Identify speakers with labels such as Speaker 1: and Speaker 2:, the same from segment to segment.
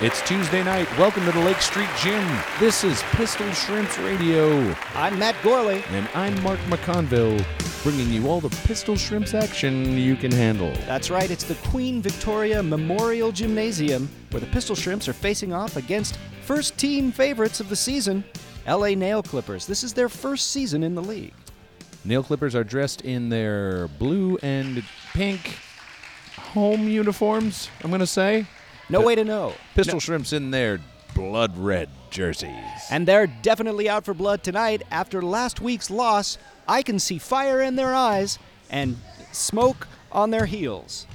Speaker 1: It's Tuesday night. Welcome to the Lake Street Gym. This is Pistol Shrimps Radio,
Speaker 2: I'm Matt Gorley.
Speaker 1: and I'm Mark McConville, bringing you all the Pistol Shrimps action you can handle.
Speaker 2: That's right, it's the Queen Victoria Memorial Gymnasium where the Pistol Shrimps are facing off against first team favorites of the season, LA Nail Clippers. This is their first season in the league.
Speaker 1: Nail clippers are dressed in their blue and pink home uniforms, I'm going to say.
Speaker 2: No way to know.
Speaker 1: Pistol Shrimps in their blood red jerseys.
Speaker 2: And they're definitely out for blood tonight after last week's loss. I can see fire in their eyes and smoke on their heels.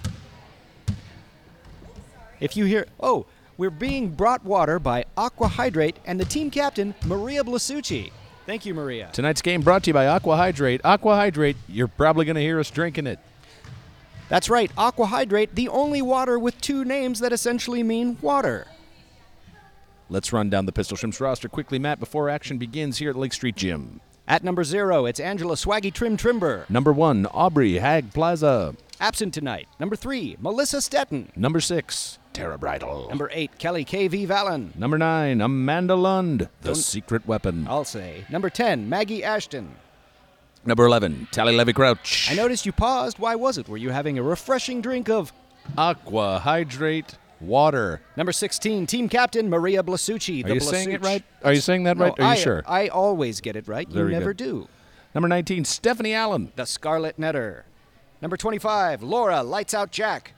Speaker 2: If you hear, oh, we're being brought water by Aqua Hydrate and the team captain, Maria Blasucci. Thank you, Maria.
Speaker 1: Tonight's game brought to you by Aqua Hydrate. Aqua Hydrate, you're probably going to hear us drinking it.
Speaker 2: That's right, Aqua Hydrate, the only water with two names that essentially mean water.
Speaker 1: Let's run down the Pistol Shrimps roster quickly, Matt, before action begins here at Lake Street Gym.
Speaker 2: At number zero, it's Angela Swaggy Trim Trimber.
Speaker 1: Number one, Aubrey Hag Plaza.
Speaker 2: Absent tonight. Number three, Melissa Stetton.
Speaker 1: Number six, Tara Bridal.
Speaker 2: Number eight, Kelly K.V. Vallon.
Speaker 1: Number nine, Amanda Lund, The Secret Weapon.
Speaker 2: I'll say. Number 10, Maggie Ashton.
Speaker 1: Number 11, Tally Levy Crouch.
Speaker 2: I noticed you paused. Why was it? Were you having a refreshing drink of.
Speaker 1: Aqua Hydrate Water.
Speaker 2: Number 16, team captain Maria Blasucci.
Speaker 1: Are
Speaker 2: the
Speaker 1: you saying it
Speaker 2: Blasucci.
Speaker 1: right? Are you saying that
Speaker 2: No,
Speaker 1: right? Are you
Speaker 2: I,
Speaker 1: sure?
Speaker 2: I always get it right.
Speaker 1: Very
Speaker 2: you never
Speaker 1: good.
Speaker 2: do.
Speaker 1: Number 19, Stephanie Allen.
Speaker 2: The Scarlet Netter. Number 25, Laura Lights Out Jack.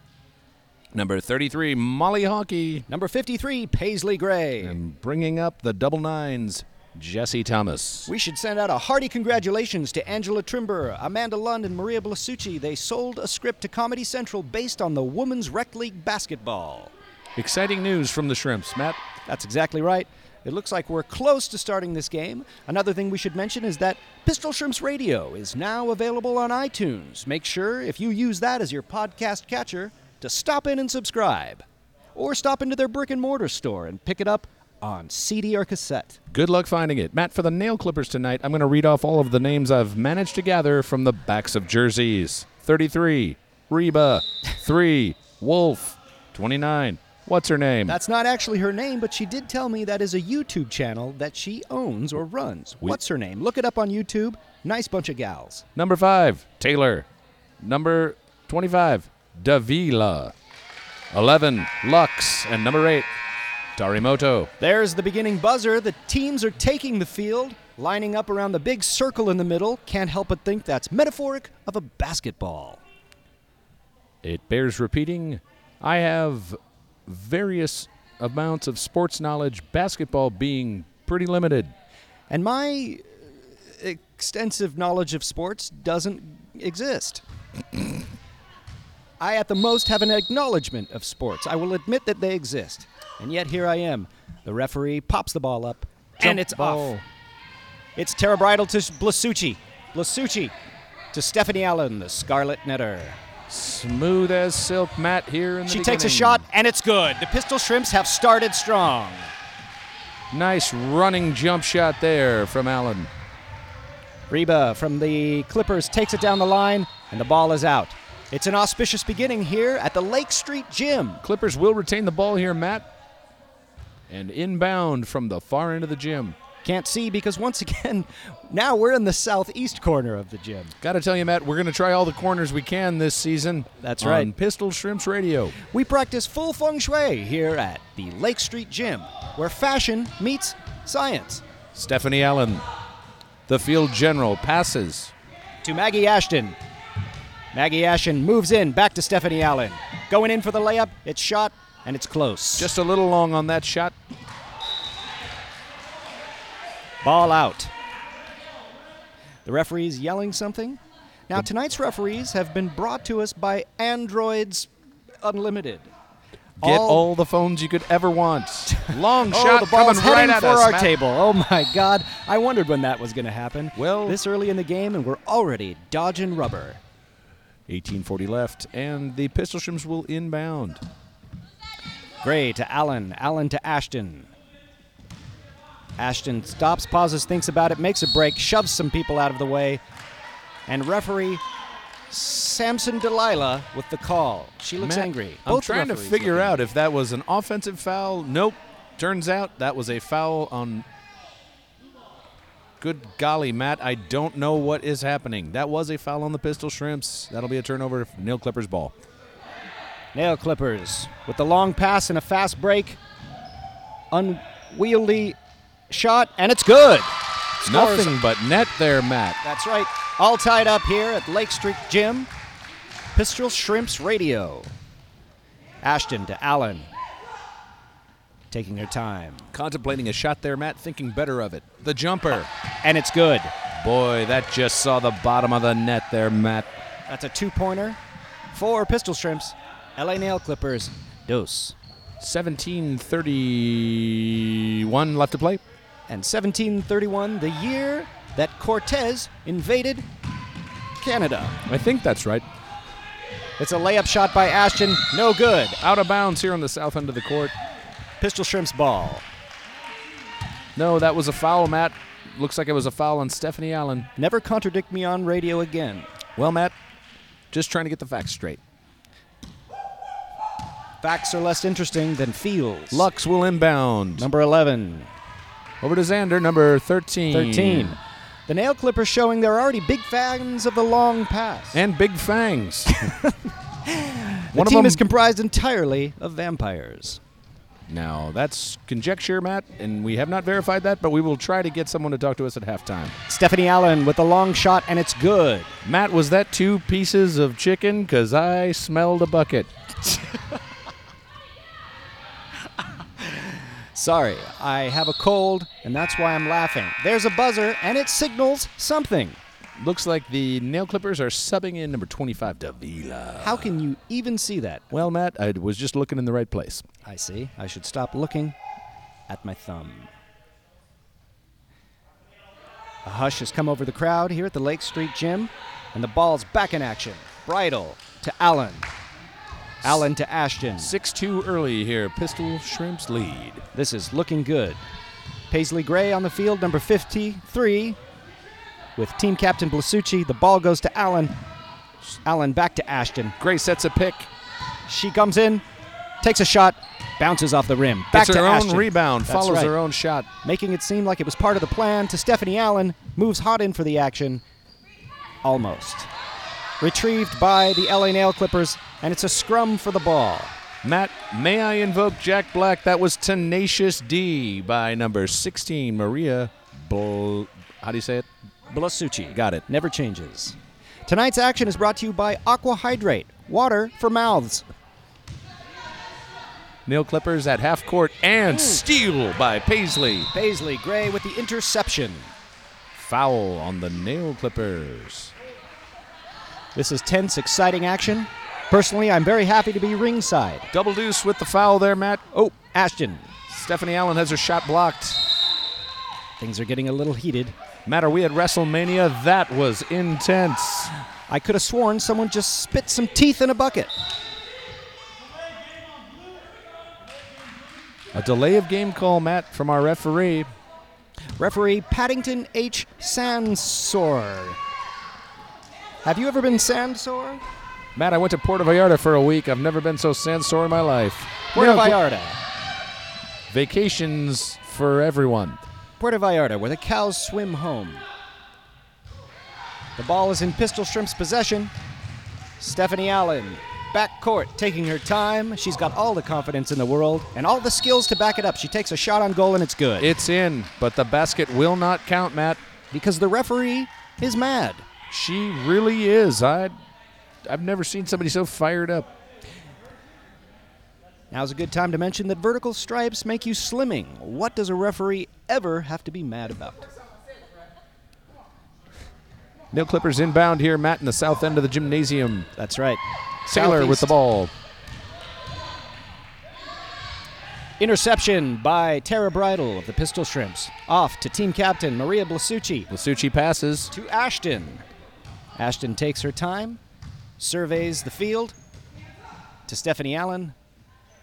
Speaker 1: Number 33, Molly Hockey.
Speaker 2: Number 53, Paisley Gray.
Speaker 1: And bringing up the double nines, Jesse Thomas.
Speaker 2: We should send out a hearty congratulations to Angela Trimber, Amanda Lund, and Maria Blasucci. They sold a script to Comedy Central based on the Women's Rec League basketball.
Speaker 1: Exciting news from the Shrimps, Matt.
Speaker 2: That's exactly right. It looks like we're close to starting this game. Another thing we should mention is that Pistol Shrimps Radio is now available on iTunes. Make sure, if you use that as your podcast catcher, to stop in and subscribe. Or stop into their brick and mortar store and pick it up on CD or cassette.
Speaker 1: Good luck finding it. Matt, for the nail clippers tonight, I'm going to read off all of the names I've managed to gather from the backs of jerseys 33, Reba, 3, Wolf, 29. What's her name?
Speaker 2: That's not actually her name, but she did tell me that is a YouTube channel that she owns or runs. What's her name? Look it up on YouTube. Nice bunch of gals.
Speaker 1: Number 5, Taylor. Number 25, Davila. 11, Lux. And number 8, Darimoto.
Speaker 2: There's the beginning buzzer. The teams are taking the field, lining up around the big circle in the middle. Can't help but think that's metaphoric of a basketball.
Speaker 1: It bears repeating I have various amounts of sports knowledge, basketball being pretty limited.
Speaker 2: And my uh, extensive knowledge of sports doesn't exist. I, at the most, have an acknowledgement of sports. I will admit that they exist. And yet here I am. The referee pops the ball up, and
Speaker 1: Jump
Speaker 2: it's
Speaker 1: ball.
Speaker 2: off. It's Tara Bridal to Blasucci. Blasucci to Stephanie Allen, the Scarlet Netter.
Speaker 1: Smooth as silk, Matt, here in the
Speaker 2: She takes a
Speaker 1: beginning.
Speaker 2: shot, and it's good. The Pistol Shrimps have started strong.
Speaker 1: Nice running jump shot there from Allen.
Speaker 2: Reba from the Clippers takes it down the line, and the ball is out. It's an auspicious beginning here at the Lake Street Gym.
Speaker 1: Clippers will retain the ball here, Matt. And inbound from the far end of the gym.
Speaker 2: Can't see because once again, now we're in the southeast corner of the gym.
Speaker 1: Got to tell you, Matt, we're going to try all the corners we can this season.
Speaker 2: That's
Speaker 1: on
Speaker 2: right.
Speaker 1: Pistol Shrimps Radio.
Speaker 2: We practice full feng shui here at the Lake Street Gym, where fashion meets science.
Speaker 1: Stephanie Allen, the field general, passes.
Speaker 2: to Maggie Ashton. Maggie Ashton moves in back to Stephanie Allen. Going in for the layup, it's shot, and it's close.
Speaker 1: Just a little long on that shot.
Speaker 2: ball out. The referee's yelling something. Now, tonight's referees have been brought to us by Androids Unlimited.
Speaker 1: Get
Speaker 2: All-
Speaker 1: all the phones you could ever want. Long
Speaker 2: Oh,
Speaker 1: shot
Speaker 2: the ball's
Speaker 1: coming right
Speaker 2: heading
Speaker 1: at
Speaker 2: for
Speaker 1: us,
Speaker 2: our
Speaker 1: Matt.
Speaker 2: table. Oh my God! I wondered when that was going to happen.
Speaker 1: Well-
Speaker 2: this early in the game, and we're already dodging rubber.
Speaker 1: 1840 left, and the Pistol Shrimps will inbound.
Speaker 2: Gray to Allen. Allen to Ashton. Ashton stops, pauses, thinks about it, makes a break, shoves some people out of the way, and referee Samson Delilah with the call. She looks
Speaker 1: Matt,
Speaker 2: angry.
Speaker 1: I'm
Speaker 2: Both the
Speaker 1: trying to
Speaker 2: referees
Speaker 1: figure
Speaker 2: look
Speaker 1: out if that was an offensive foul. Nope. Turns out that was a foul on. Good golly, Matt. I don't know what is happening. That was a foul on the Pistol Shrimps. That'll be a turnover. Nail Clippers ball.
Speaker 2: Nail Clippers with the long pass and a fast break. Unwieldy shot, and it's good. Scores.
Speaker 1: Nothing but net there, Matt.
Speaker 2: That's right. All tied up here at Lake Street Gym. Pistol Shrimps Radio. Ashton to Allen. Taking her time.
Speaker 1: Contemplating a shot there, Matt. Thinking better of it. The jumper.
Speaker 2: And it's good.
Speaker 1: Boy, that just saw the bottom of the net there, Matt.
Speaker 2: That's a two pointer for Pistol Shrimps. LA Nail Clippers. Dos.
Speaker 1: 17:31 left to play.
Speaker 2: And 1731, the year that Cortez invaded Canada.
Speaker 1: I think that's right.
Speaker 2: It's a layup shot by Ashton. No good.
Speaker 1: Out of bounds here on the south end of the court.
Speaker 2: Pistol Shrimps ball.
Speaker 1: No, that was a foul, Matt. Looks like it was a foul on Stephanie Allen.
Speaker 2: Never contradict me on radio again.
Speaker 1: Well, Matt, just trying to get the facts straight.
Speaker 2: Facts are less interesting than feels.
Speaker 1: Lux will inbound.
Speaker 2: Number 11,
Speaker 1: Over to Xander, number 13.
Speaker 2: 13. Hmm. The Nail Clippers showing they're already big fans of the long pass.
Speaker 1: And Big Fangs.
Speaker 2: the
Speaker 1: One
Speaker 2: team
Speaker 1: of them.
Speaker 2: is comprised entirely of vampires.
Speaker 1: now, that's conjecture, Matt, and we have not verified that, but we will try to get someone to talk to us at halftime.
Speaker 2: Stephanie Allen with a long shot, and it's good.
Speaker 1: Matt, was that two pieces of chicken? Because I smelled a bucket.
Speaker 2: Sorry, I have a cold, and that's why I'm laughing. There's a buzzer, and it signals something.
Speaker 1: Looks like the nail clippers are subbing in number 25, Davila.
Speaker 2: How can you even see that?
Speaker 1: Well, Matt, I was just looking in the right place.
Speaker 2: I see. I should stop looking at my thumb. A hush has come over the crowd here at the Lake Street Gym, and the ball's back in action. Bridle to Allen. Allen to Ashton.
Speaker 1: 6 2 early here. Pistol Shrimps lead.
Speaker 2: This is looking good. Paisley Gray on the field, number 53. With team captain Blasucci, the ball goes to Allen. Allen back to Ashton.
Speaker 1: Gray sets a pick.
Speaker 2: She comes in, takes a shot, bounces off the rim. Back
Speaker 1: Gets
Speaker 2: to
Speaker 1: her own
Speaker 2: Ashton.
Speaker 1: rebound.
Speaker 2: That's
Speaker 1: follows
Speaker 2: right.
Speaker 1: her own shot.
Speaker 2: making it seem like it was part of the plan to Stephanie Allen, moves hot in for the action. Almost. Retrieved by the LA Nail Clippers, and it's a scrum for the ball.
Speaker 1: Matt, may I invoke Jack Black? That was Tenacious D by number 16, Maria Bl. How do you say it?
Speaker 2: Blasucci.
Speaker 1: Got it.
Speaker 2: Never changes. Tonight's action is brought to you by Aqua Hydrate, water for mouths.
Speaker 1: Nail Clippers at half court
Speaker 2: Hmm.
Speaker 1: and steal by Paisley.
Speaker 2: Paisley Gray with the interception.
Speaker 1: Foul on the Nail Clippers.
Speaker 2: This is tense, exciting action. Personally, I'm very happy to be ringside.
Speaker 1: Double deuce with the foul there, Matt.
Speaker 2: Oh, Ashton.
Speaker 1: Stephanie Allen has her shot blocked.
Speaker 2: Things are getting a little heated.
Speaker 1: Matt, are we at WrestleMania? That was intense.
Speaker 2: I could have sworn someone just spit some teeth in a bucket.
Speaker 1: A delay of game call, Matt, from our referee.
Speaker 2: Referee Paddington H. Sansor. Have you ever been Sansor?
Speaker 1: Matt, I went to Puerto Vallarta for a week. I've never been so sandsore in my life.
Speaker 2: Puerto
Speaker 1: Nail Cl-
Speaker 2: Vallarta.
Speaker 1: Vacations for everyone.
Speaker 2: Puerto Vallarta, where the cows swim home. The ball is in Pistol Shrimp's possession. Stephanie Allen, back court, taking her time. She's got all the confidence in the world and all the skills to back it up. She takes a shot on goal and it's good.
Speaker 1: It's in, but the basket will not count, Matt.
Speaker 2: because the referee is mad.
Speaker 1: She really is. I, I've never seen somebody so fired up.
Speaker 2: Now's a good time to mention that vertical stripes make you slimming. What does a referee ever have to be mad about?
Speaker 1: Nail Clippers inbound here, Matt, in the south end of the gymnasium.
Speaker 2: That's right.
Speaker 1: Sailor with
Speaker 2: Southeast.
Speaker 1: the ball.
Speaker 2: Interception by Tara Bridle of the Pistol Shrimps. Off to team captain Maria Blasucci
Speaker 1: Lasucci passes.
Speaker 2: to Ashton. Ashton takes her time, surveys the field to Stephanie Allen.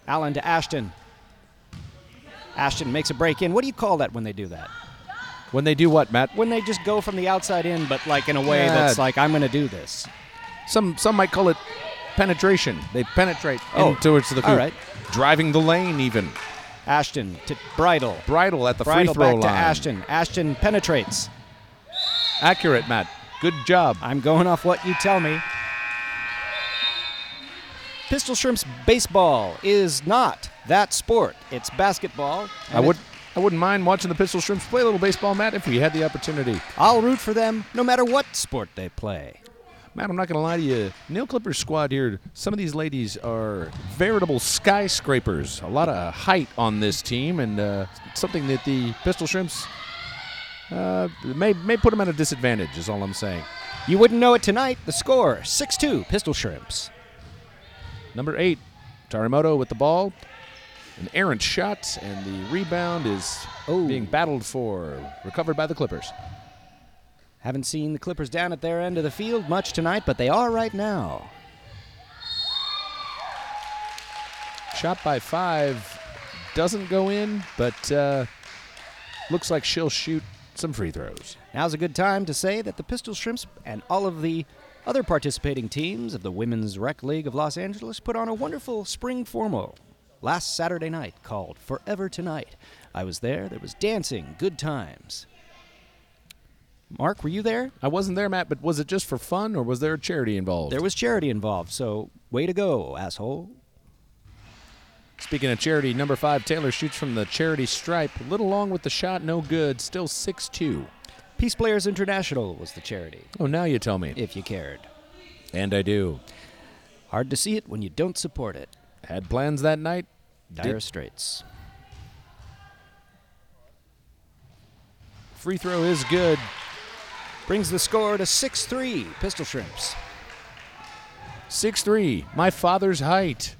Speaker 2: Allen to Ashton. Ashton makes a break in. What do you call that when they do that?
Speaker 1: When they do what, Matt?
Speaker 2: When they just go from the outside in, but like in a way
Speaker 1: Yeah.
Speaker 2: that's like, I'm going to do this.
Speaker 1: Some some might call it penetration. They penetrate
Speaker 2: Oh,
Speaker 1: into it's the
Speaker 2: all right.
Speaker 1: driving the lane even.
Speaker 2: Ashton to Bridle.
Speaker 1: Bridle at the free
Speaker 2: Bridle
Speaker 1: throw
Speaker 2: back
Speaker 1: line.
Speaker 2: to Ashton. Ashton penetrates.
Speaker 1: Accurate, Matt. Good job.
Speaker 2: I'm going off what you tell me. Pistol Shrimp's baseball is not that sport. It's basketball.
Speaker 1: I
Speaker 2: and
Speaker 1: would
Speaker 2: it-
Speaker 1: I wouldn't mind watching the Pistol Shrimps play a little baseball, Matt, if we had the opportunity.
Speaker 2: I'll root for them no matter what sport they play.
Speaker 1: Matt, I'm not going to lie to you. Nail Clippers squad here, some of these ladies are veritable skyscrapers. A lot of height on this team, and uh, something that the Pistol Shrimps uh, may, may put them at a disadvantage, is all I'm saying.
Speaker 2: You wouldn't know it tonight. The score 6 2 Pistol Shrimps.
Speaker 1: Number eight, Tarimoto with the ball. An errant shot, and the rebound is
Speaker 2: Oh.
Speaker 1: being battled for, recovered by the Clippers.
Speaker 2: Haven't seen the Clippers down at their end of the field much tonight, but they are right now.
Speaker 1: Shot by five doesn't go in, but uh, looks like she'll shoot some free throws.
Speaker 2: Now's a good time to say that the Pistol Shrimps and all of the other participating teams of the Women's Rec League of Los Angeles put on a wonderful spring formal last Saturday night called Forever Tonight. I was there, there was dancing, good times. Mark, were you there?
Speaker 1: I wasn't there, Matt, but was it just for fun or was there a charity involved?
Speaker 2: There was charity involved, so way to go, asshole.
Speaker 1: Speaking of charity, number five, Taylor shoots from the charity stripe. A little long with the shot, no good. Still 6 2.
Speaker 2: Peace Players International was the charity,
Speaker 1: Oh, now you tell me.
Speaker 2: if you cared.
Speaker 1: And I do.
Speaker 2: Hard to see it when you don't support it.
Speaker 1: Had plans that night.
Speaker 2: Dire
Speaker 1: Did-
Speaker 2: Straits.
Speaker 1: Free throw is good.
Speaker 2: Brings the score to 6 3, Pistol Shrimps.
Speaker 1: 6 3. My father's height.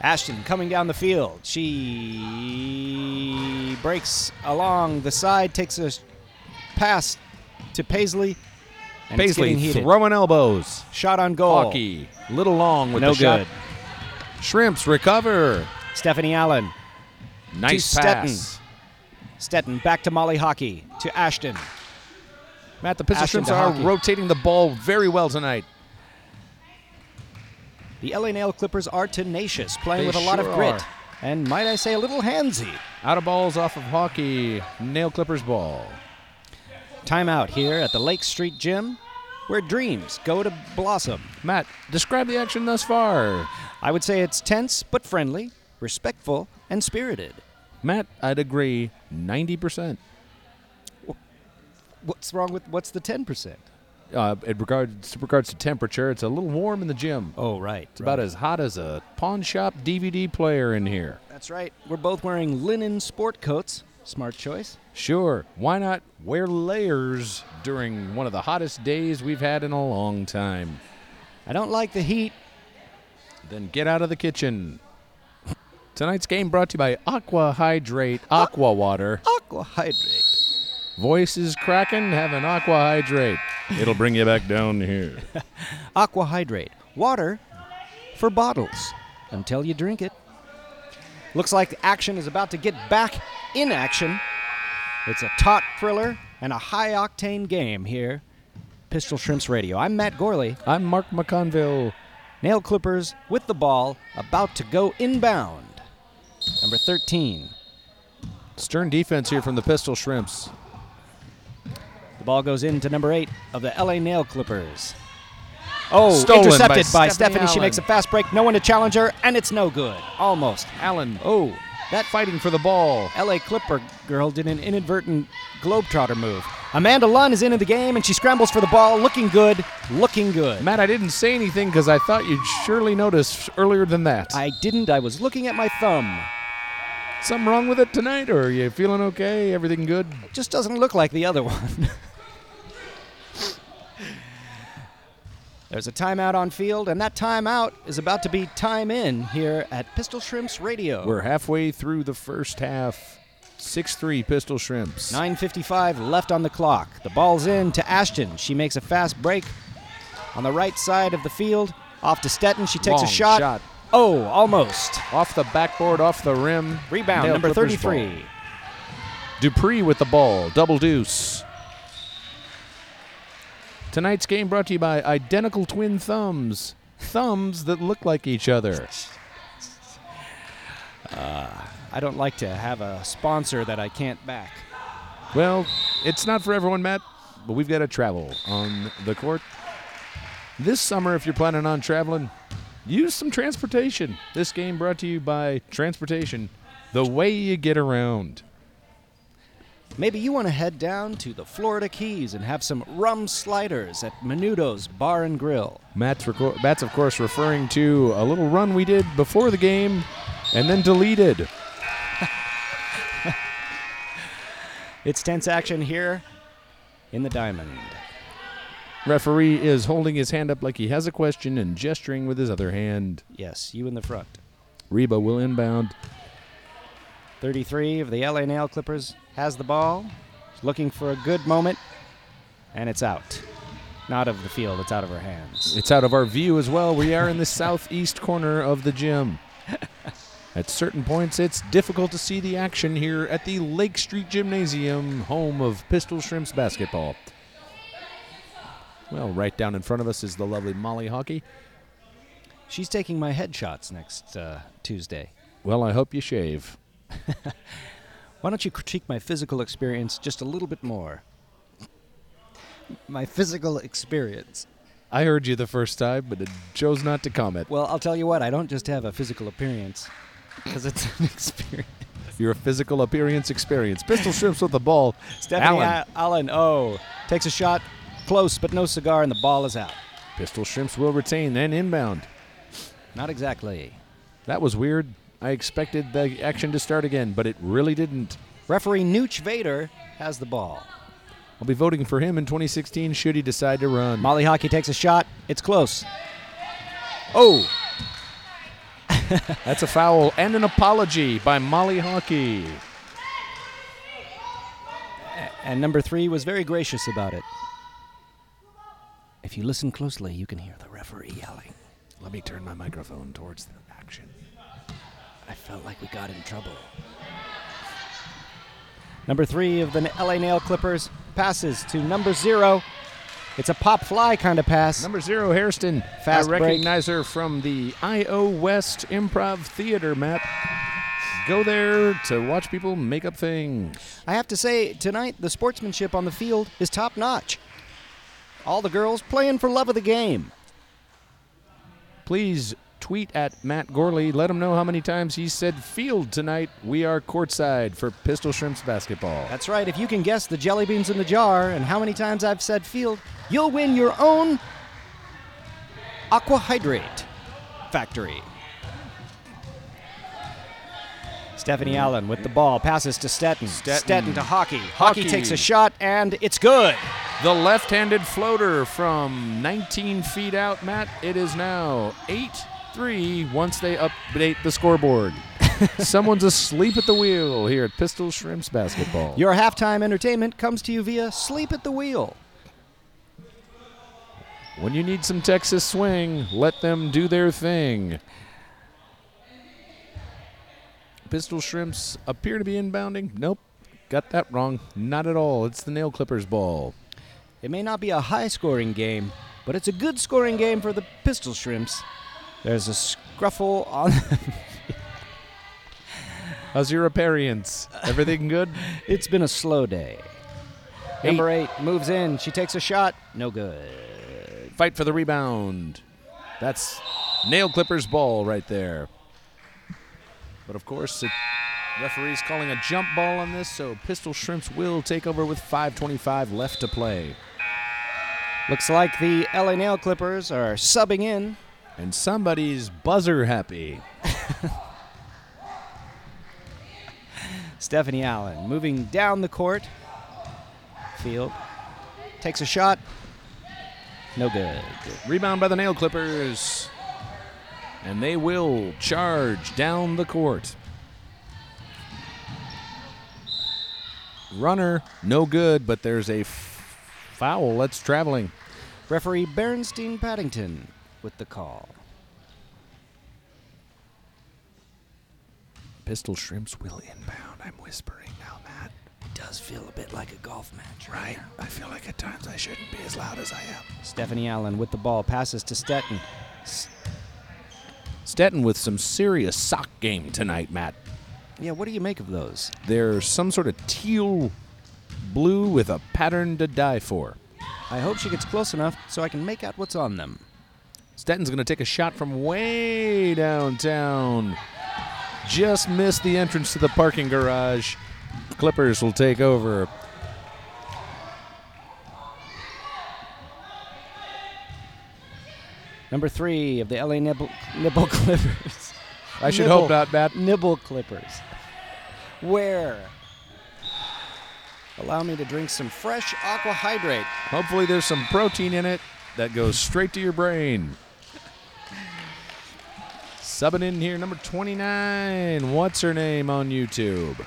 Speaker 2: Ashton coming down the field. She breaks along the side, takes a pass to Paisley. And it's getting
Speaker 1: Paisley
Speaker 2: heated.
Speaker 1: throwing elbows.
Speaker 2: Shot on goal.
Speaker 1: Hockey. Little long with
Speaker 2: Oh. No
Speaker 1: the shot.
Speaker 2: good.
Speaker 1: Shrimps recover.
Speaker 2: Stephanie Allen.
Speaker 1: Nice
Speaker 2: Stetton.
Speaker 1: pass.
Speaker 2: Stetton back to Molly Hockey to Ashton.
Speaker 1: Matt, the Pistol
Speaker 2: Ashton
Speaker 1: Shrimps
Speaker 2: to
Speaker 1: are
Speaker 2: hockey.
Speaker 1: rotating the ball very well tonight.
Speaker 2: The LA Nail Clippers are tenacious, playing
Speaker 1: They
Speaker 2: with a lot of
Speaker 1: sure
Speaker 2: grit.
Speaker 1: are.
Speaker 2: And might I say, a little handsy.
Speaker 1: Out of balls off of hockey. Nail Clippers ball.
Speaker 2: Timeout here at the Lake Street Gym, where dreams go to blossom.
Speaker 1: Matt, describe the action thus far.
Speaker 2: I would say it's tense but friendly, respectful, and spirited.
Speaker 1: Matt, I'd agree 90%.
Speaker 2: What's wrong with what's the 10%?
Speaker 1: Uh, in regards, to regards to temperature, it's a little warm in the gym.
Speaker 2: Oh, right.
Speaker 1: It's about as hot as a pawn shop DVD player in here.
Speaker 2: That's right. We're both wearing linen sport coats. Smart choice.
Speaker 1: Sure, why not wear layers during one of the hottest days we've had in a long time?
Speaker 2: I don't like the heat.
Speaker 1: Then get out of the kitchen. Tonight's game brought to you by Aqua Hydrate Aqua Water.
Speaker 2: Aqua hydrate.
Speaker 1: Voice is cracking, have an Aqua Hydrate. It'll bring you back down here.
Speaker 2: Aqua hydrate. Water for bottles until you drink it. Looks like the action is about to get back in action. It's a taut thriller and a high octane game here. Pistol Shrimps Radio. I'm Matt Gorley.
Speaker 1: I'm Mark McConville.
Speaker 2: Nail clippers with the ball about to go inbound. Number 13.
Speaker 1: Stern defense here from the Pistol Shrimps.
Speaker 2: The ball goes in to number eight of the LA Nail Clippers. Oh,
Speaker 1: Stolen
Speaker 2: intercepted by,
Speaker 1: by
Speaker 2: Stephanie.
Speaker 1: Stephanie
Speaker 2: She makes a
Speaker 1: Allen.
Speaker 2: fast break. No one to challenge her, and it's no good. Almost.
Speaker 1: Allen
Speaker 2: Oh, that
Speaker 1: fighting for the ball.
Speaker 2: LA Clipper girl did an inadvertent globetrotter move. Amanda Lunn is into the game, and she scrambles for the ball. Looking good. Looking good.
Speaker 1: Matt, I didn't say anything because I thought you'd surely notice earlier than that.
Speaker 2: I didn't. I was looking at my thumb.
Speaker 1: Something wrong with it tonight, or are you feeling okay? Everything good?
Speaker 2: just doesn't look like the other one. There's a timeout on field, and that timeout is about to be time in here at Pistol Shrimps Radio.
Speaker 1: We're halfway through the first half. 6 3 Pistol Shrimps.
Speaker 2: 9.55 left on the clock. The ball's in to Ashton. She makes a fast break on the right side of the field. Off to Stetton. She takes
Speaker 1: Long
Speaker 2: a shot.
Speaker 1: shot.
Speaker 2: Oh, almost.
Speaker 1: Off the backboard, off the rim.
Speaker 2: Rebound,
Speaker 1: Nail
Speaker 2: number
Speaker 1: Clippers
Speaker 2: 33.
Speaker 1: ball. Dupree with the ball. Double deuce. Tonight's game brought to you by identical twin thumbs. Thumbs that look like each other.
Speaker 2: I don't like to have a sponsor that I can't back.
Speaker 1: Well, it's not for everyone, Matt, but we've got to travel on the court. This summer, if you're planning on traveling, use some transportation. This game brought to you by Transportation, the way you get around.
Speaker 2: Maybe you want to head down to the Florida Keys and have some rum sliders at Menudo's Bar and Grill.
Speaker 1: Matt's, reco- Matt's, of course, referring to a little run we did before the game and then deleted.
Speaker 2: It's tense action here in the diamond.
Speaker 1: Referee is holding his hand up like he has a question and gesturing with his other hand.
Speaker 2: Yes, you in the front.
Speaker 1: Reba will inbound.
Speaker 2: 33 of the LA Nail Clippers has the ball, is looking for a good moment, and it's out. Not of the field, it's out of her hands.
Speaker 1: It's out of our view as well. We are in the southeast corner of the gym. At certain points, it's difficult to see the action here at the Lake Street Gymnasium, home of Pistol Shrimps basketball. Well, right down in front of us is the lovely Molly Hockey.
Speaker 2: She's taking my headshots next uh, Tuesday.
Speaker 1: Well, I hope you shave.
Speaker 2: Why don't you critique my physical experience just a little bit more? My physical experience.
Speaker 1: I heard you the first time, but it chose not to comment.
Speaker 2: Well, I'll tell you what, I don't just have a physical appearance, because it's an experience.
Speaker 1: Your physical appearance experience. Pistol shrimps with the ball.
Speaker 2: Stephanie
Speaker 1: Allen.
Speaker 2: Allen. Allen, oh, takes a shot, close but no cigar, and the ball is out.
Speaker 1: Pistol shrimps will retain, then inbound.
Speaker 2: Not exactly.
Speaker 1: That was weird. I expected the action to start again, but it really didn't.
Speaker 2: Referee Nooch Vader has the ball.
Speaker 1: I'll be voting for him in 2016 should he decide to run.
Speaker 2: Molly Hockey takes a shot. It's close. Oh,
Speaker 1: That's a foul and an apology by Molly Hockey.
Speaker 2: and number three was very gracious about it. If you listen closely, you can hear the referee yelling.
Speaker 1: Let me turn my microphone towards the action.
Speaker 2: I felt like we got in trouble. Number three of the LA Nail Clippers passes to number zero. It's a pop fly kind of pass.
Speaker 1: Number zero, Hairston.
Speaker 2: Fast
Speaker 1: I
Speaker 2: break.
Speaker 1: recognize her from the I.O. West Improv Theater, Matt. Go there to watch people make up things.
Speaker 2: I have to say, tonight the sportsmanship on the field is top notch. All the girls playing for love of the game.
Speaker 1: Please tweet at Matt Gorley. Let him know how many times he said field tonight. We are courtside for Pistol Shrimps basketball.
Speaker 2: That's right, if you can guess the jelly beans in the jar and how many times I've said field, you'll win your own aqua hydrate factory. Stephanie Allen with the ball passes to Stetton.
Speaker 1: Stetton.
Speaker 2: to Hockey. Hockey
Speaker 1: Hockey.
Speaker 2: takes a shot and it's good.
Speaker 1: The left handed floater from 19 feet out, Matt. It is now 8 3 once they update the scoreboard. Someone's asleep at the wheel here at Pistol Shrimps basketball.
Speaker 2: Your halftime entertainment comes to you via Sleep at the Wheel.
Speaker 1: When you need some Texas swing, let them do their thing. Pistol Shrimps appear to be inbounding. Nope. Got that wrong. Not at all. It's the Nail Clippers ball.
Speaker 2: It may not be a high scoring game, but it's a good scoring game for the Pistol Shrimps. There's a scruffle on.
Speaker 1: How's your appearance? Everything good?
Speaker 2: it's been a slow day. Number eight moves in. She takes a shot. No good.
Speaker 1: Fight for the rebound. That's Nail Clippers ball right there. But of course, the referee's calling a jump ball on this, so Pistol Shrimps will take over with 5.25 left to play.
Speaker 2: Looks like the LA Nail Clippers are subbing in.
Speaker 1: And somebody's buzzer happy.
Speaker 2: Stephanie Allen moving down the court. Field takes a shot. No good.
Speaker 1: Rebound by the Nail Clippers. And they will charge down the court. Runner, no good, but there's a f- foul that's traveling.
Speaker 2: Referee Bernstein Paddington with the call.
Speaker 1: Pistol shrimps will inbound. I'm whispering now, Matt.
Speaker 2: does feel a bit like a golf match, right?
Speaker 1: I feel like at times I shouldn't be as loud as I am.
Speaker 2: Stephanie Allen with the ball passes to Stetton. S-
Speaker 1: Stetton with some serious sock game tonight, Matt.
Speaker 2: yeah, what do you make of those?
Speaker 1: They're some sort of teal blue with a pattern to die for.
Speaker 2: I hope she gets close enough so I can make out what's on them.
Speaker 1: Stetton's going to take a shot from way downtown. Just missed the entrance to the parking garage. Clippers will take over.
Speaker 2: Number three of the LA Nibble, nibble Clippers.
Speaker 1: I should
Speaker 2: Nibble-
Speaker 1: hope not, Matt.
Speaker 2: Nibble Clippers. Where? Allow me to drink some fresh aqua hydrate.
Speaker 1: Hopefully, there's some protein in it that goes straight to your brain. Subbing in here, number 29. What's her name on YouTube?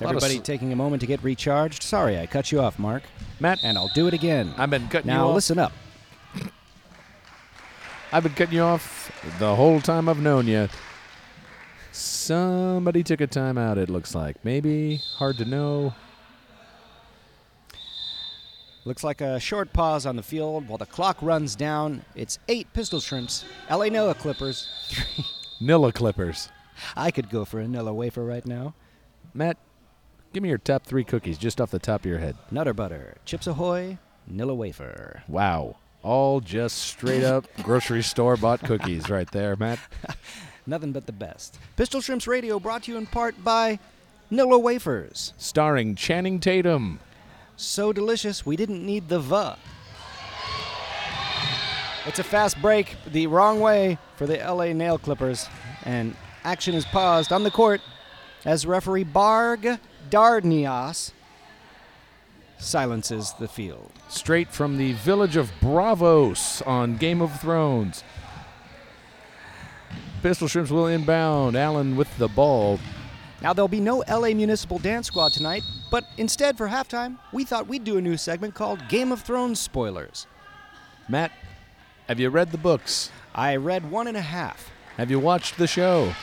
Speaker 1: Lot of
Speaker 2: Everybody
Speaker 1: s-
Speaker 2: taking a moment to get recharged. Sorry, I cut you off, Mark.
Speaker 1: Matt,
Speaker 2: And I'll do it again.
Speaker 1: I've been cutting you
Speaker 2: now
Speaker 1: off.
Speaker 2: listen up.
Speaker 1: I've been cutting you off the whole time I've known you. Somebody took a timeout, it looks like. Maybe. Hard to know.
Speaker 2: Looks like a short pause on the field while the clock runs down. It's eight pistol shrimps, LA Noah Clippers. Three.
Speaker 1: Nilla Clippers.
Speaker 2: I could go for another wafer right now.
Speaker 1: Matt, give me your top three cookies just off the top of your head.
Speaker 2: Nutter butter, chips ahoy, Nilla wafer.
Speaker 1: Wow. All just straight up grocery store bought cookies right there, Matt.
Speaker 2: Nothing but the best. Pistol Shrimps Radio brought to you in part by Nilla wafers.
Speaker 1: Starring Channing Tatum.
Speaker 2: So delicious, we didn't need the V. It's a fast break the wrong way for the LA Nail Clippers, and action is paused on the court as referee Barg Dardnias silences the field.
Speaker 1: Straight from the village of Bravos on Game of Thrones. Pistol Shrimps will inbound. Allen with the ball.
Speaker 2: Now, there'll be no LA Municipal Dance Squad tonight, but instead, for halftime, we thought we'd do a new segment called Game of Thrones Spoilers.
Speaker 1: Matt, have you read the books?
Speaker 2: I read one and a half,
Speaker 1: Have you watched the show?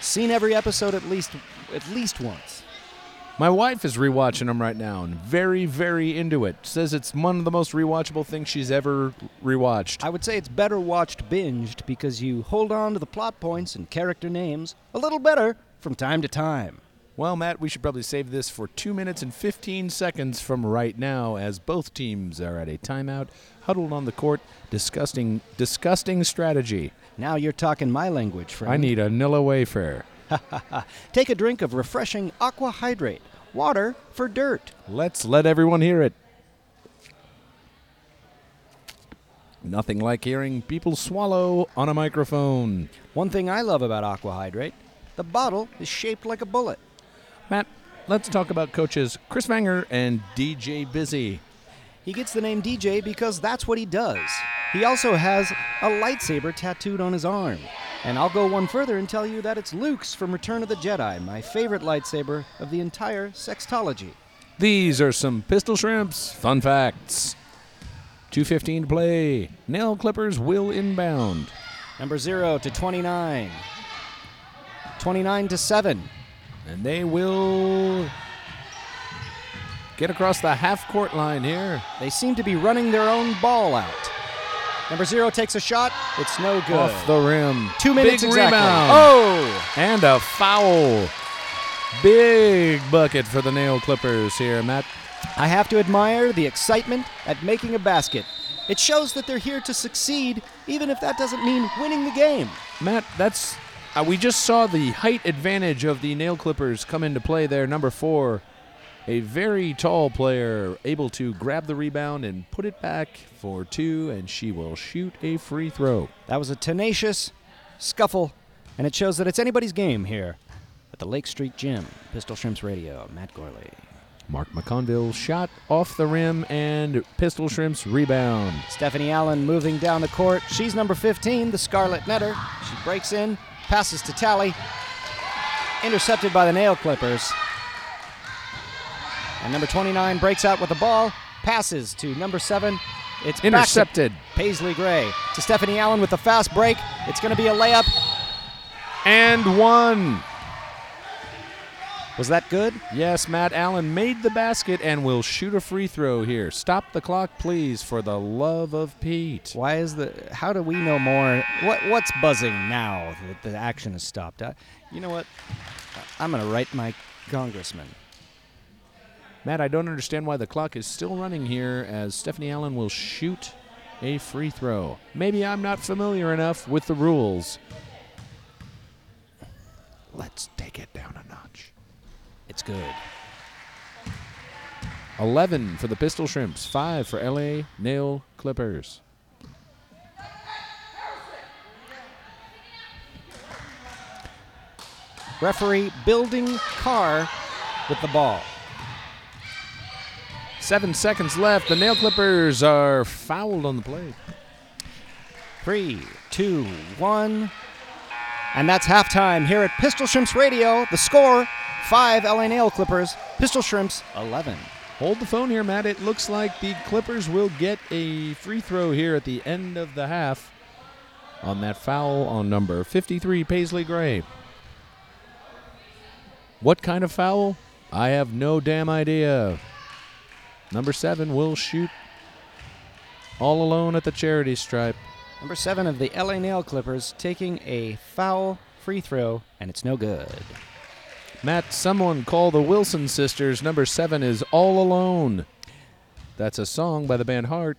Speaker 2: seen every episode at least at least once.
Speaker 1: My wife is rewatching them right now and very, very into it. Says it's one of the most rewatchable things she's ever rewatched.
Speaker 2: I would say it's better watched binged because you hold on to the plot points and character names a little better from time to time.
Speaker 1: Well, Matt, we should probably save this for 2 minutes and 15 seconds from right now as both teams are at a timeout, huddled on the court, disgusting, disgusting strategy.
Speaker 2: Now you're talking my language, friend.
Speaker 1: I need a Nilla Wayfair.
Speaker 2: Take a drink of refreshing aqua hydrate, water for dirt.
Speaker 1: Let's let everyone hear it. Nothing like hearing people swallow on a microphone.
Speaker 2: One thing I love about aqua hydrate, the bottle is shaped like a bullet.
Speaker 1: Matt, let's talk about coaches Chris Vanger and DJ Busy.
Speaker 2: He gets the name DJ because that's what he does. He also has a lightsaber tattooed on his arm. And I'll go one further and tell you that it's Luke's from Return of the Jedi, my favorite lightsaber of the entire sextology.
Speaker 1: These are some pistol shrimps fun facts. 215 to play. Nail clippers will inbound.
Speaker 2: Number 0 to 29. 29 to 7.
Speaker 1: And they will get across the half court line here.
Speaker 2: They seem to be running their own ball out. Number 0 takes a shot. It's no good.
Speaker 1: Off the rim.
Speaker 2: 2 minutes
Speaker 1: Big
Speaker 2: exactly.
Speaker 1: Rebound.
Speaker 2: Oh!
Speaker 1: And a foul. Big bucket for the nail clippers here, Matt.
Speaker 2: I have to admire the excitement at making a basket. It shows that they're here to succeed even if that doesn't mean winning the game.
Speaker 1: Matt, that's uh, we just saw the height advantage of the nail clippers come into play there. Number four, a very tall player able to grab the rebound and put it back for two, and she will shoot a free throw.
Speaker 2: That was a tenacious scuffle and it shows that it's anybody's game here at the Lake Street Gym. Pistol Shrimps Radio, Matt Gorley.
Speaker 1: Mark McConville shot off the rim and Pistol Shrimps rebound.
Speaker 2: Stephanie Allen moving down the court. She's number 15, the Scarlet Netter. She breaks in, passes to Tally, intercepted by the Nail Clippers. And number 29 breaks out with the ball, passes to number 7. It's back to
Speaker 1: Intercepted.
Speaker 2: Paisley Gray to Stephanie Allen with the fast break. It's going to be a layup.
Speaker 1: and one.
Speaker 2: Was that good?
Speaker 1: Yes, Matt Allen made the basket and will shoot a free throw here. Stop the clock, please, for the love of Pete.
Speaker 2: Why is the? How do we know more? What what's buzzing now that the action has stopped? I, you know what? I'm gonna write my congressman.
Speaker 1: Matt, I don't understand why the clock is still running here as Stephanie Allen will shoot a free throw. Maybe I'm not familiar enough with the rules. Let's take it down a notch.
Speaker 2: It's good.
Speaker 1: 11 for the Pistol Shrimps, 5 for LA Nail Clippers.
Speaker 2: Referee building Carr with the ball.
Speaker 1: Seven seconds left. The Nail Clippers are fouled on the play.
Speaker 2: Three, two, one. And that's halftime here at Pistol Shrimps Radio. The score five LA Nail Clippers, Pistol Shrimps 11.
Speaker 1: Hold the phone here, Matt. It looks like the Clippers will get a free throw here at the end of the half on that foul on number 53, Paisley Gray. What kind of foul? I have no damn idea. Number seven will shoot all alone at the charity stripe.
Speaker 2: Number seven of the LA Nail Clippers taking a foul free throw, and it's no good.
Speaker 1: Matt, someone call the Wilson sisters. Number seven is All Alone. That's a song by the band Heart,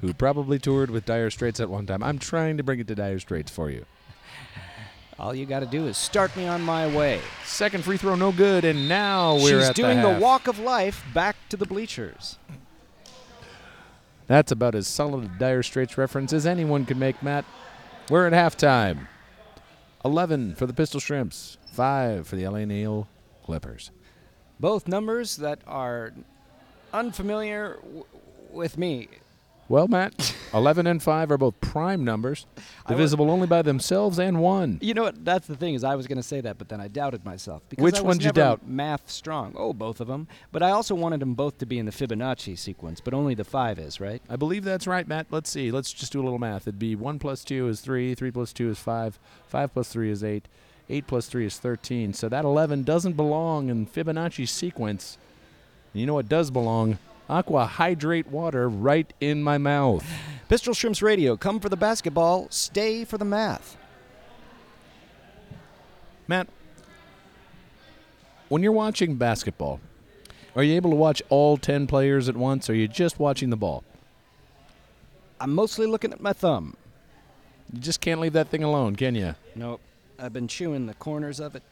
Speaker 1: who probably toured with Dire Straits at one time. I'm trying to bring it to Dire Straits for you.
Speaker 2: All you got to do is start me on my way.
Speaker 1: Second free throw, no good, and now we're
Speaker 2: She's
Speaker 1: at
Speaker 2: doing
Speaker 1: the,
Speaker 2: the,
Speaker 1: half.
Speaker 2: walk of life back to the bleachers.
Speaker 1: That's about as solid a Dire Straits reference as anyone could make, Matt. We're at halftime. 11 for the Pistol Shrimps, 5 for the LA Nail Clippers.
Speaker 2: Both numbers that are unfamiliar w- with me.
Speaker 1: Well, Matt, 11 and 5 are both prime numbers,
Speaker 2: wa-
Speaker 1: divisible only by themselves and 1.
Speaker 2: You know what? That's the thing is, I was going to say that, but then I doubted myself because
Speaker 1: Which
Speaker 2: I was
Speaker 1: one'd you
Speaker 2: never
Speaker 1: doubt?
Speaker 2: Math strong. Oh, both of them. But I also wanted them both to be in the Fibonacci sequence, but only the five is right.
Speaker 1: I believe that's right, Matt. Let's see. Let's just do a little math. It'd be 1 plus 2 is 3, 3 plus 2 is 5, 5 plus 3 is 8, 8 plus 3 is 13. So that 11 doesn't belong in Fibonacci sequence. And you know what does belong? Aqua hydrate water right in my mouth.
Speaker 2: Pistol Shrimps Radio. Come for the basketball. Stay for the math.
Speaker 1: Matt, when you're watching basketball, are you able to watch all 10 players at once or are you just watching the ball?
Speaker 2: I'm mostly looking at my thumb.
Speaker 1: You just can't leave that thing alone, can you?
Speaker 2: Nope. I've been chewing the corners of it.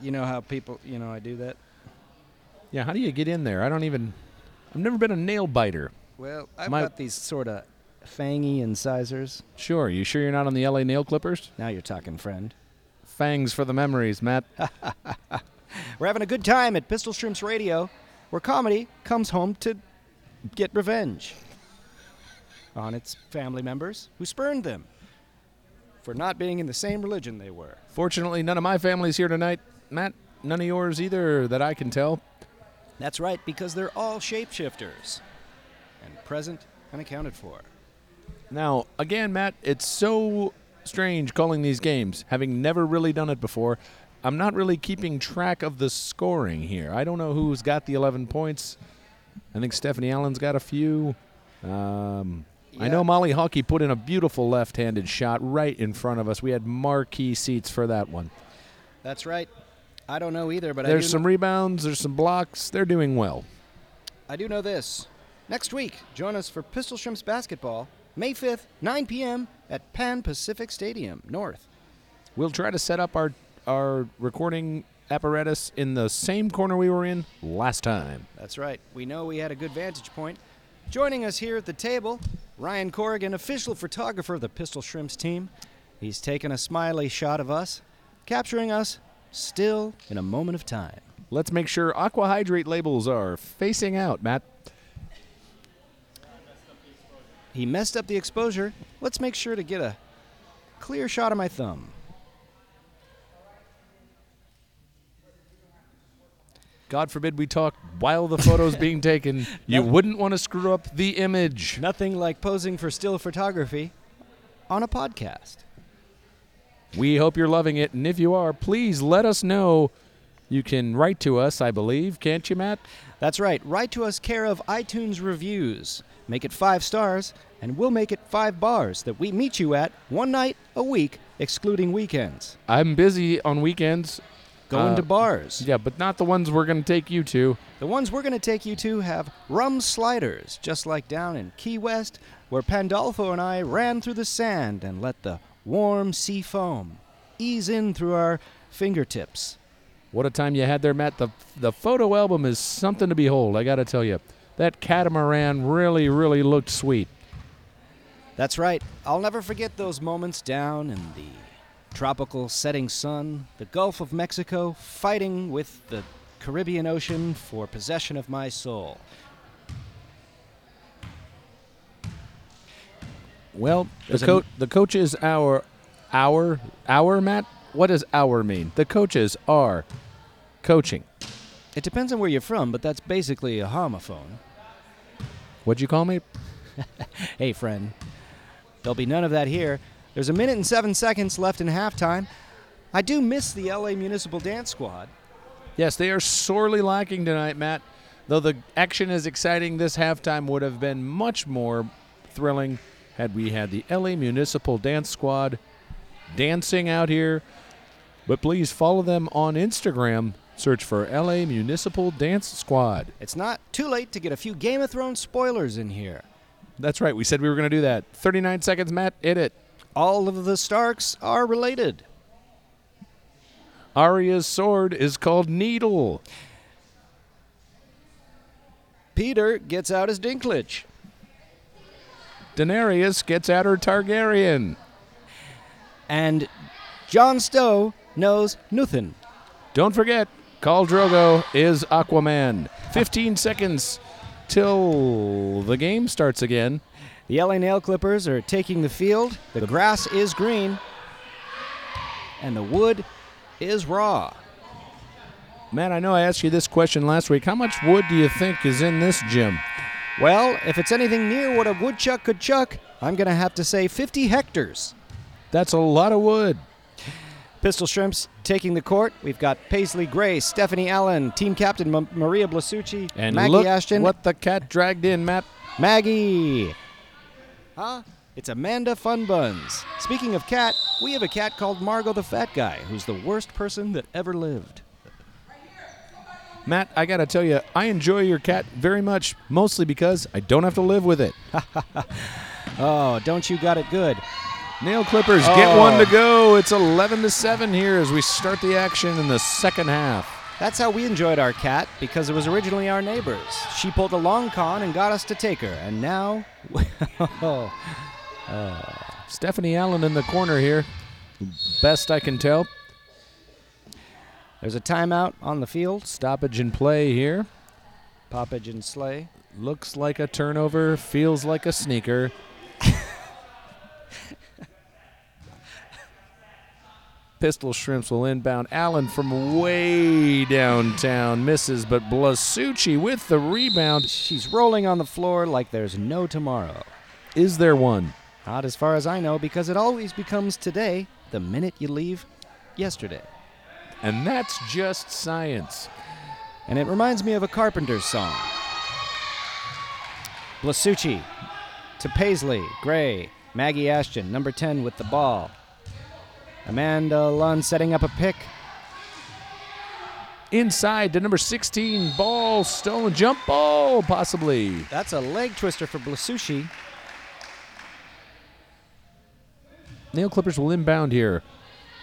Speaker 2: You know how people, you know, I do that.
Speaker 1: Yeah, how do you get in there? I don't even. I've never been a nail biter.
Speaker 2: Well, I've
Speaker 1: My-
Speaker 2: got these sort of fangy incisors.
Speaker 1: Sure, you sure you're not on the LA nail clippers?
Speaker 2: Now you're talking, friend.
Speaker 1: Fangs for the memories, Matt.
Speaker 2: We're having a good time at Pistol Shrimps Radio, where comedy comes home to get revenge on its family members who spurned them for not being in the same religion they were.
Speaker 1: Fortunately, none of my family's here tonight. Matt, none of yours either that I can tell.
Speaker 2: That's right, because they're all shapeshifters and present and accounted for.
Speaker 1: Now, again, Matt, it's so strange calling these games, having never really done it before. I'm not really keeping track of the scoring here. I don't know who's got the 11 points. I think Stephanie Allen's got a few. Um, I
Speaker 2: Yeah.
Speaker 1: know Molly Hockey put in a beautiful left handed shot right in front of us. We had marquee seats for that one.
Speaker 2: That's right. I don't know either, but I,
Speaker 1: There's
Speaker 2: do
Speaker 1: some
Speaker 2: know,
Speaker 1: rebounds, there's some blocks. They're doing well.
Speaker 2: I do know this. Next week, join us for Pistol Shrimps basketball, May 5th, 9 p.m. at Pan Pacific Stadium, North.
Speaker 1: We'll try to set up our our recording apparatus in the same corner we were in last time.
Speaker 2: That's right. We know we had a good vantage point. Joining us here at the table, Ryan Corrigan, official photographer of the Pistol Shrimps team. He's taken a smiley shot of us, capturing us still in a moment of time.
Speaker 1: Let's make sure aqua hydrate labels are facing out, Matt.
Speaker 2: He messed up the exposure. Let's make sure to get a clear shot of my thumb.
Speaker 1: God forbid we talk while the photo's being taken. You wouldn't want to screw up the image.
Speaker 2: Nothing like posing for still photography on a podcast.
Speaker 1: We hope you're loving it, and if you are, please let us know. You can write to us, I believe, can't you, Matt?
Speaker 2: That's right. Write to us care of iTunes Reviews. Make it five stars, and we'll make it five bars that we meet you at one night a week, excluding weekends.
Speaker 1: I'm busy on weekends.
Speaker 2: Going
Speaker 1: Uh,
Speaker 2: to bars.
Speaker 1: Yeah, but not the ones we're going to take you to.
Speaker 2: The ones we're going to take you to have rum sliders, just like down in Key West, where Pandolfo and I ran through the sand and let the warm sea foam ease in through our fingertips.
Speaker 1: What a time you had there, Matt. The the photo album is something to behold, I got to tell you. That catamaran really, really looked sweet.
Speaker 2: That's right. I'll never forget those moments down in the tropical setting sun, the Gulf of Mexico, fighting with the Caribbean Ocean for possession of my soul.
Speaker 1: Well, the,
Speaker 2: There's a-
Speaker 1: coach the coach is our our our Matt. What does our mean? The coaches are coaching.
Speaker 2: It depends on where you're from, but that's basically a homophone.
Speaker 1: What'd you call me?
Speaker 2: Hey, friend. There'll be none of that here. There's a minute and seven seconds left in halftime. I do miss the LA Municipal Dance Squad.
Speaker 1: Yes, they are sorely lacking tonight, Matt. Though the action is exciting, this halftime would have been much more thrilling had we had the LA Municipal Dance Squad dancing out here. But please follow them on Instagram. Search for LA Municipal Dance Squad.
Speaker 2: It's not too late to get a few Game of Thrones spoilers in here.
Speaker 1: That's right. We said we were going to do that. 39 seconds, Matt. Hit it.
Speaker 2: All of the Starks are related.
Speaker 1: Arya's sword is called Needle.
Speaker 2: Peter gets out his Dinklage.
Speaker 1: Daenerys gets at her Targaryen.
Speaker 2: And Jon Stow knows nothing.
Speaker 1: Don't forget, Khal Drogo is Aquaman. 15 seconds till the game starts again.
Speaker 2: The LA Nail Clippers are taking the field. The, grass is green. And the wood is raw.
Speaker 1: Matt, I know I asked you this question last week. How much wood do you think is in this gym?
Speaker 2: Well, if it's anything near what a woodchuck could chuck, I'm going to have to say 50 hectares.
Speaker 1: That's a lot of wood.
Speaker 2: Pistol Shrimps taking the court. We've got Paisley Gray, Stephanie Allen, team captain M- Maria Blasucci,
Speaker 1: And
Speaker 2: Maggie
Speaker 1: look
Speaker 2: Ashton.
Speaker 1: what the cat dragged in, Matt.
Speaker 2: Maggie. Huh? It's Amanda Funbuns. Speaking of cat, we have a cat called Margot the Fat Guy, who's the worst person that ever lived.
Speaker 1: Matt, I got to tell you, I enjoy your cat very much, mostly because I don't have to live with it.
Speaker 2: Oh, don't you got it good.
Speaker 1: Nail clippers, get one
Speaker 2: Oh.
Speaker 1: to go. It's 11 to 7 here as we start the action in the second half.
Speaker 2: That's how we enjoyed our cat because it was originally our neighbor's. She pulled a long con and got us to take her, and now. oh,
Speaker 1: Stephanie Allen in the corner here, best I can tell.
Speaker 2: There's a timeout on the field.
Speaker 1: Stoppage in play here.
Speaker 2: Poppage and Slay.
Speaker 1: Looks like a turnover, feels like a sneaker. Pistol Shrimps will inbound. Allen from way downtown misses, but Blasucci with the rebound.
Speaker 2: She's rolling on the floor like there's no tomorrow.
Speaker 1: Is there one?
Speaker 2: Not as far as I know, because it always becomes today the minute you leave yesterday.
Speaker 1: And that's just science.
Speaker 2: And it reminds me of a Carpenter's song. Blasucci to Paisley, Gray, Maggie Ashton, number 10 with the ball. Amanda Lund setting up a pick.
Speaker 1: Inside to number 16, ball stolen, jump ball possibly.
Speaker 2: That's a leg twister for Blasucci.
Speaker 1: Nail Clippers will inbound here.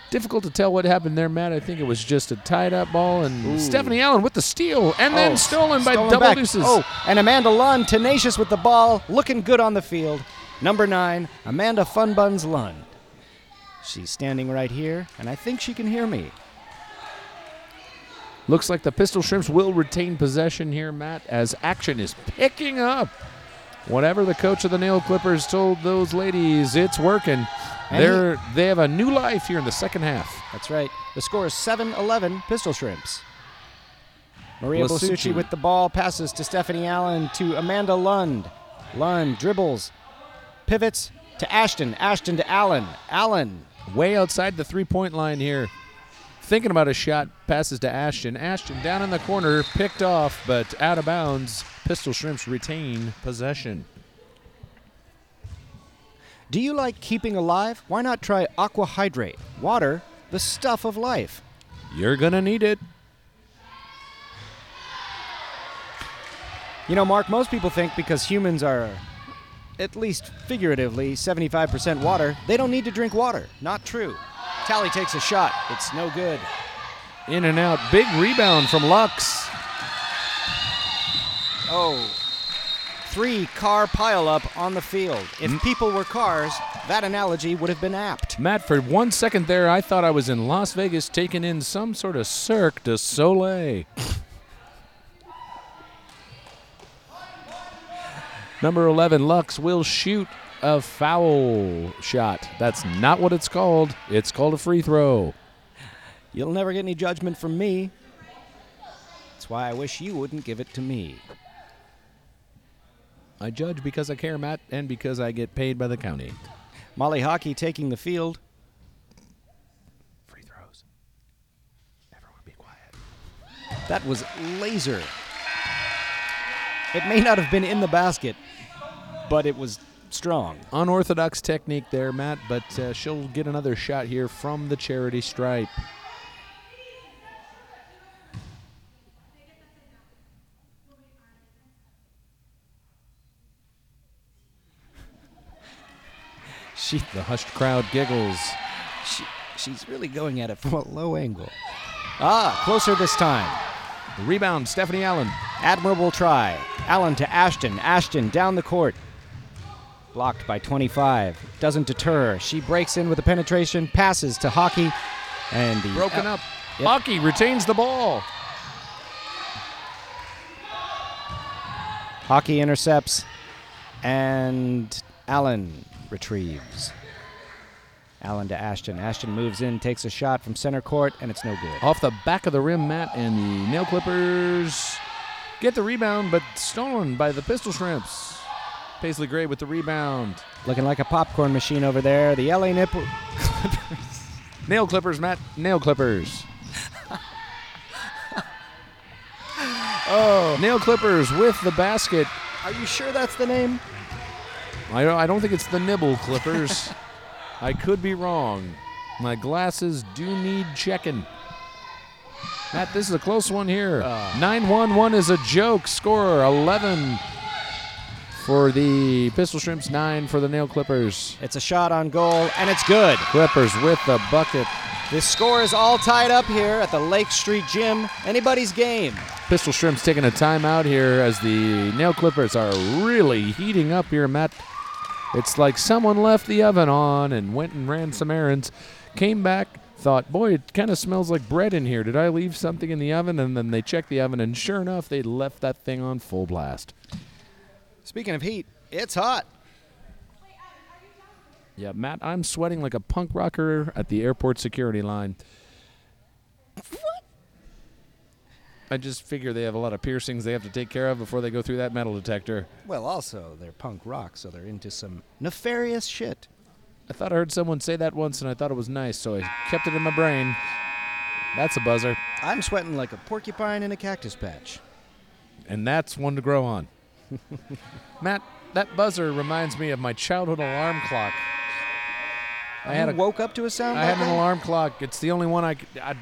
Speaker 1: Difficult to tell what happened there, Matt. I think it was just a tied up ball and
Speaker 2: Ooh.
Speaker 1: Stephanie Allen with the steal and then
Speaker 2: Oh,
Speaker 1: stolen by
Speaker 2: stolen
Speaker 1: double
Speaker 2: back.
Speaker 1: deuces.
Speaker 2: Oh, and Amanda Lund tenacious with the ball, looking good on the field. Number nine, Amanda Funbuns Lund. She's standing right here, and I think she can hear me.
Speaker 1: Looks like the Pistol Shrimps will retain possession here, Matt, as action is picking up. Whatever the coach of the Nail Clippers told those ladies, it's working.
Speaker 2: And
Speaker 1: They're they have a new life here in the second half.
Speaker 2: That's right. The score is 7 11 Pistol Shrimps. Maria
Speaker 1: Blasucci.
Speaker 2: Blasucci with the ball passes to Stephanie Allen to Amanda Lund. Lund dribbles, pivots to Ashton. Ashton to Allen. Allen
Speaker 1: way outside the three point line here. Thinking about a shot, passes to Ashton. Ashton down in the corner, picked off, but out of bounds. Pistol Shrimps retain possession.
Speaker 2: Do you like keeping alive? Why not try Aqua Hydrate? Water, the stuff of life.
Speaker 1: You're going to need it.
Speaker 2: You know, Mark, most people think because humans are at least figuratively 75% water, they don't need to drink water. Not true. Tally takes a shot. It's no good.
Speaker 1: In and out. Big rebound from Lux.
Speaker 2: Oh, three car pileup on the field. If people were cars, that analogy would have been apt.
Speaker 1: Matt, for one second there, I thought I was in Las Vegas taking in some sort of Cirque du Soleil. Number 11, Lux will shoot a foul shot. That's not what it's called. It's called a free throw.
Speaker 2: You'll never get any judgment from me. That's why I wish you wouldn't give it to me.
Speaker 1: I judge because I care, Matt, and because I get paid by the county.
Speaker 2: Molly Hockey taking the field.
Speaker 1: Free throws. Everyone be quiet.
Speaker 2: That was laser. It may not have been in the basket, but it was strong.
Speaker 1: Unorthodox technique there, Matt, but uh, she'll get another shot here from the charity stripe.
Speaker 2: She,
Speaker 1: The hushed crowd giggles.
Speaker 2: she she's really going at it from a low angle. Ah, closer this time.
Speaker 1: Rebound, Stephanie Allen.
Speaker 2: Admirable try. Allen to Ashton. Ashton down the court. Blocked by 25. Doesn't deter. She breaks in with a penetration, passes to Hockey, and the
Speaker 1: Broken up.
Speaker 2: Yep.
Speaker 1: Hockey retains the ball.
Speaker 2: Hockey intercepts, and Allen retrieves. Allen to Ashton. Ashton moves in, takes a shot from center court, and it's no good.
Speaker 1: Off the back of the rim, Matt, and the nail clippers get the rebound, but stolen by the pistol shrimps. Paisley Gray with the rebound.
Speaker 2: Looking like a popcorn machine over there. The LA Nip.
Speaker 1: Nail clippers, Matt. Nail clippers. oh. Nail clippers with the basket.
Speaker 2: Are you sure that's the name?
Speaker 1: I don't, I don't think it's the nibble clippers. I could be wrong. My glasses do need checking. Matt, this is a close one here. 9 1 1 is a joke. Score 11 for the Pistol Shrimps, 9 for the Nail Clippers.
Speaker 2: It's a shot on goal, and it's good.
Speaker 1: Clippers with the bucket.
Speaker 2: This score is all tied up here at the Lake Street Gym. Anybody's game.
Speaker 1: Pistol Shrimps taking a timeout here as the Nail Clippers are really heating up here, Matt. It's like someone left the oven on and went and ran some errands, came back, thought, boy, it kind of smells like bread in here. Did I leave something in the oven? And then they checked the oven, and sure enough, they left that thing on full blast.
Speaker 2: Speaking of heat, it's hot.
Speaker 1: Yeah, Matt, I'm sweating like a punk rocker at the airport security line. What? I just figure they have a lot of piercings they have to take care of before they go through that metal detector.
Speaker 2: Well, also, they're punk rock, so they're into some nefarious shit.
Speaker 1: I thought I heard someone say that once and I thought it was nice, so I kept it in my brain. That's a buzzer.
Speaker 2: I'm sweating like a porcupine in a cactus patch.
Speaker 1: And that's one to grow on. Matt, that buzzer reminds me of my childhood alarm clock. I had
Speaker 2: you
Speaker 1: a
Speaker 2: woke up to a sound
Speaker 1: I
Speaker 2: like
Speaker 1: had an
Speaker 2: that?
Speaker 1: alarm clock. It's the only one I, c- I.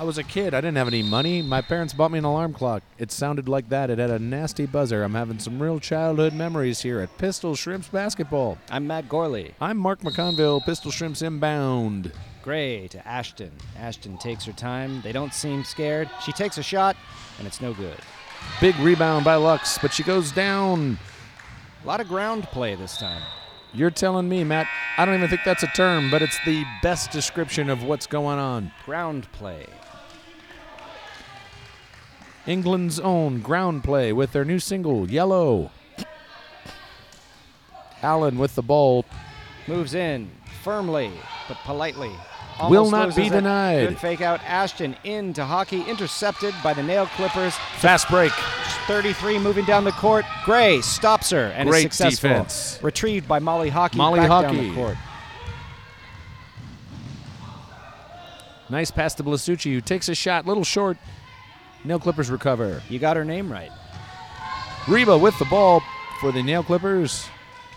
Speaker 1: I was a kid. I didn't have any money. My parents bought me an alarm clock. It sounded like that. It had a nasty buzzer. I'm having some real childhood memories here at Pistol Shrimps basketball.
Speaker 2: I'm Matt Gorley.
Speaker 1: I'm Mark McConville. Pistol Shrimps inbound.
Speaker 2: Gray to Ashton. Ashton takes her time. They don't seem scared. She takes a shot, and it's no good.
Speaker 1: Big rebound by Lux, but she goes down.
Speaker 2: A lot of ground play this time.
Speaker 1: You're telling me, Matt. I don't even think that's a term, but it's the best description of what's going on.
Speaker 2: Ground play.
Speaker 1: England's own ground play with their new single, Yellow. Allen with the ball.
Speaker 2: Moves in firmly, but politely.
Speaker 1: Will not
Speaker 2: loses
Speaker 1: be
Speaker 2: it.
Speaker 1: denied.
Speaker 2: Good fake out. Ashton into hockey, intercepted by the nail clippers.
Speaker 1: Fast break.
Speaker 2: 33 moving down the court. Gray stops her and
Speaker 1: Great
Speaker 2: is successful.
Speaker 1: defense.
Speaker 2: Retrieved by Molly Hockey
Speaker 1: Molly
Speaker 2: back down
Speaker 1: Hockey.
Speaker 2: the court.
Speaker 1: Nice pass to Blasucci, who takes a shot, little short. Nail Clippers recover.
Speaker 2: You got her name right.
Speaker 1: Reba with the ball for the Nail Clippers.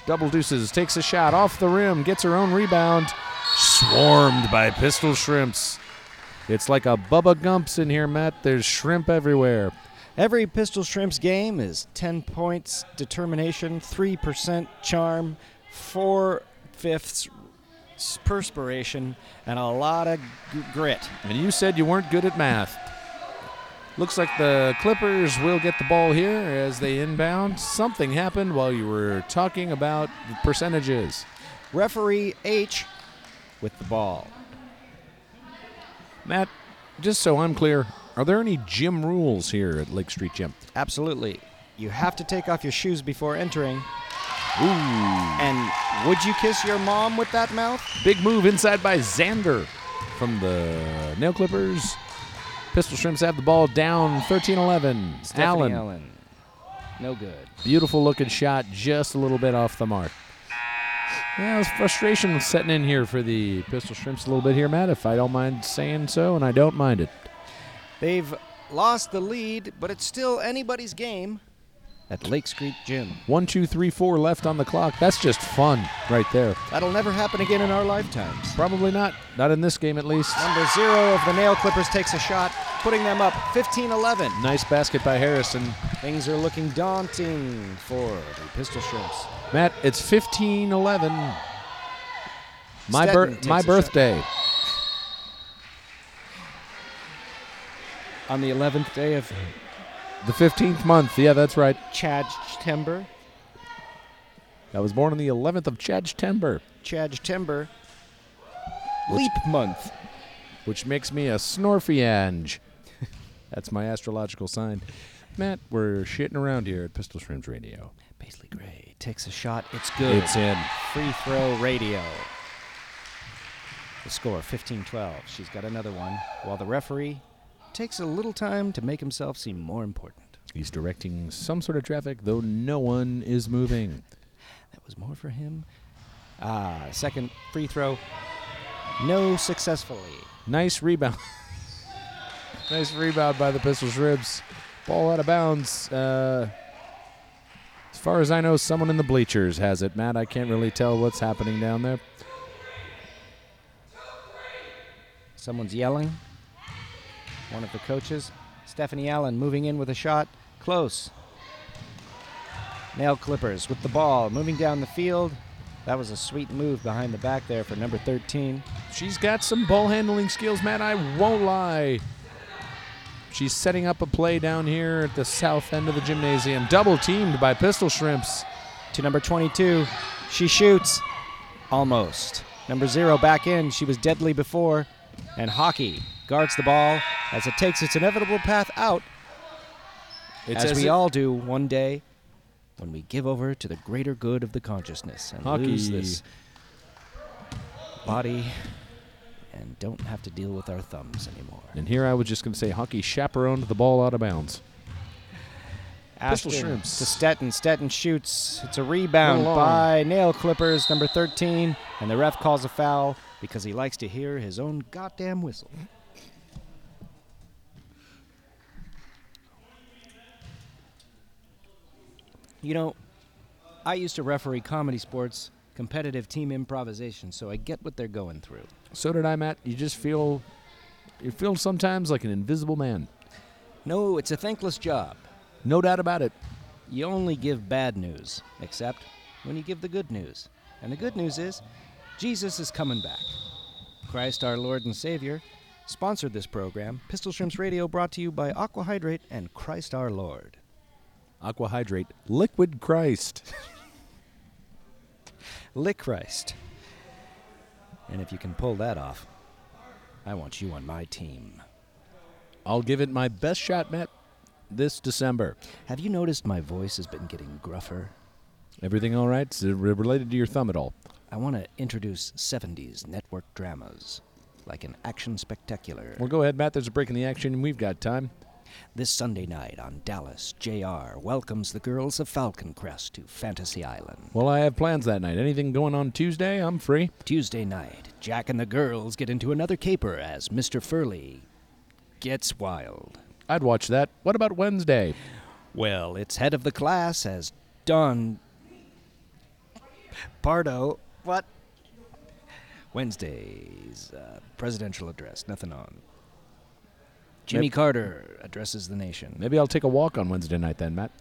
Speaker 1: Double deuces, takes a shot off the rim, gets her own rebound. Swarmed by pistol shrimps. It's like a Bubba Gumps in here, Matt. There's shrimp everywhere.
Speaker 2: Every Pistol Shrimps game is 10 points determination, 3% charm, 4 fifths perspiration, and a lot of g- grit.
Speaker 1: And you said you weren't good at math. Looks like the Clippers will get the ball here as they inbound. Something happened while you were talking about the percentages.
Speaker 2: Referee H with the ball.
Speaker 1: Matt, just so I'm clear, are there any gym rules here at Lake Street Gym?
Speaker 2: Absolutely. You have to take off your shoes before entering.
Speaker 1: Ooh.
Speaker 2: And would you kiss your mom with that mouth?
Speaker 1: Big move inside by Xander from the Nail Clippers. Pistol Shrimps have the ball down 13 11.
Speaker 2: Stephanie
Speaker 1: Allen,
Speaker 2: Allen. No good.
Speaker 1: beautiful looking shot, just a little bit off the mark. Yeah, there's frustration setting in here for the Pistol Shrimps a little bit here, Matt, if I don't mind saying so, and I don't mind it.
Speaker 2: They've lost the lead, but it's still anybody's game at Lake Street Gym.
Speaker 1: One, two, three, four left on the clock. That's just fun right there.
Speaker 2: That'll never happen again in our lifetimes.
Speaker 1: Probably not. Not in this game, at least.
Speaker 2: Number zero of the Nail Clippers takes a shot, putting them up 15 11.
Speaker 1: Nice basket by Harrison.
Speaker 2: Things are looking daunting for the Pistol Shrimps.
Speaker 1: Matt, it's 15 11. My,
Speaker 2: Stetton
Speaker 1: bir-
Speaker 2: takes
Speaker 1: my
Speaker 2: a shot.
Speaker 1: birthday.
Speaker 2: On the 11th day of
Speaker 1: The 15th month. Yeah, that's right.
Speaker 2: Chad Timber,
Speaker 1: I was born on the 11th of Chadchtember,
Speaker 2: Chad Timber, Leap Month.
Speaker 1: which makes me a Snorfiange. that's my astrological sign. Matt, we're shitting around here at Pistol Shrimps Radio.
Speaker 2: Paisley Gray takes a shot. It's good.
Speaker 1: It's in.
Speaker 2: Free throw radio. The score 15 12. She's got another one, while the referee takes a little time to make himself seem more important.
Speaker 1: He's directing some sort of traffic, though no one is moving.
Speaker 2: That was more for him. Ah, second free throw. No successfully.
Speaker 1: Nice rebound. nice rebound by the Pistol Shrimps. Ball out of bounds. Uh, as far as I know, someone in the bleachers has it. Matt, I can't really tell what's happening down there.
Speaker 2: Someone's yelling. One of the coaches. Stephanie Allen moving in with a shot. Close. Nail Clippers with the ball moving down the field. That was a sweet move behind the back there for number 13.
Speaker 1: She's got some ball handling skills, Matt. I won't lie. She's setting up a play down here at the south end of the gymnasium. Double teamed by Pistol Shrimps.
Speaker 2: to number 22. She shoots almost. Number zero back in. She was deadly before. And Hockey guards the ball as it takes its inevitable path out,
Speaker 1: It's
Speaker 2: as we
Speaker 1: it-
Speaker 2: all do one day when we give over to the greater good of the consciousness and
Speaker 1: Hockey.
Speaker 2: lose this body and don't have to deal with our thumbs anymore.
Speaker 1: And here I was just going to say, hockey chaperoned the ball out of bounds. Pistol
Speaker 2: Ashton
Speaker 1: shrimps.
Speaker 2: to Stetton. Stetton shoots. It's a rebound
Speaker 1: Little long.
Speaker 2: by Nail Clippers, number 13, and the ref calls a foul because he likes to hear his own goddamn whistle. You know, I used to referee comedy sports, competitive team improvisation, so I get what they're going through.
Speaker 1: So did I, Matt. You just feel, you feel sometimes like an invisible man.
Speaker 2: No, it's a thankless job.
Speaker 1: No doubt about it.
Speaker 2: You only give bad news, except when you give the good news. And the good news is Jesus is coming back. Christ our Lord and Savior sponsored this program. Pistol Shrimps Radio brought to you by Aqua Hydrate and Christ our Lord.
Speaker 1: Aqua Hydrate, Liquid Christ.
Speaker 2: Lick Christ. And if you can pull that off, I want you on my team.
Speaker 1: I'll give it my best shot, Matt, this December.
Speaker 2: Have you noticed my voice has been getting gruffer?
Speaker 1: Everything all right? Is it re- related to your thumb at all?
Speaker 2: I want to introduce 70s network dramas, like an action spectacular.
Speaker 1: Well, go ahead, Matt. There's a break in the action, and we've got time.
Speaker 2: This Sunday night on Dallas, JR welcomes the girls of Falcon Crest to Fantasy Island.
Speaker 1: Well, I have plans that night. Anything going on Tuesday? I'm free.
Speaker 2: Tuesday night, Jack and the girls get into another caper as Mr. Furley gets wild.
Speaker 1: I'd watch that. What about Wednesday?
Speaker 2: Well, it's head of the class as Don Pardo. What? Wednesday's uh, presidential address. Nothing on. Jimmy
Speaker 1: Mayb-
Speaker 2: Carter addresses the nation.
Speaker 1: Maybe I'll take a walk on Wednesday night then, Matt.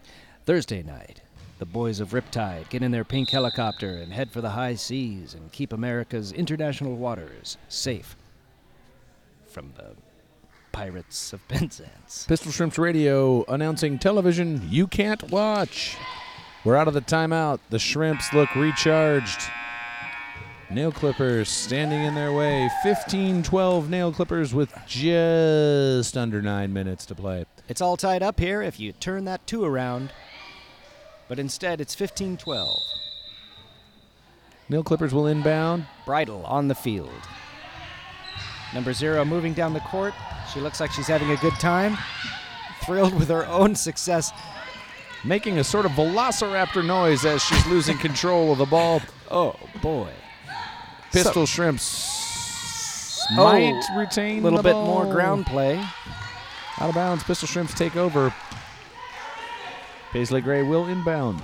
Speaker 2: Thursday night, the boys of Riptide get in their pink helicopter and head for the high seas and keep America's international waters safe from the pirates of Penzance.
Speaker 1: Pistol Shrimps Radio announcing television you can't watch. We're out of the timeout. The shrimps look recharged. Nail clippers standing in their way. 15 12 nail clippers with just under nine minutes to play.
Speaker 2: It's all tied up here if you turn that two around. But instead, it's 15 12.
Speaker 1: Nail clippers will inbound.
Speaker 2: Bridle on the field. Number zero moving down the court. She looks like she's having a good time. Thrilled with her own success.
Speaker 1: making a sort of velociraptor noise as she's losing control of the ball.
Speaker 2: Oh, boy.
Speaker 1: Pistol Shrimps
Speaker 2: Oh,
Speaker 1: might retain
Speaker 2: A little
Speaker 1: the
Speaker 2: bit more
Speaker 1: ball.
Speaker 2: ground play.
Speaker 1: Out of bounds. Pistol Shrimps take over. Paisley Gray will inbound.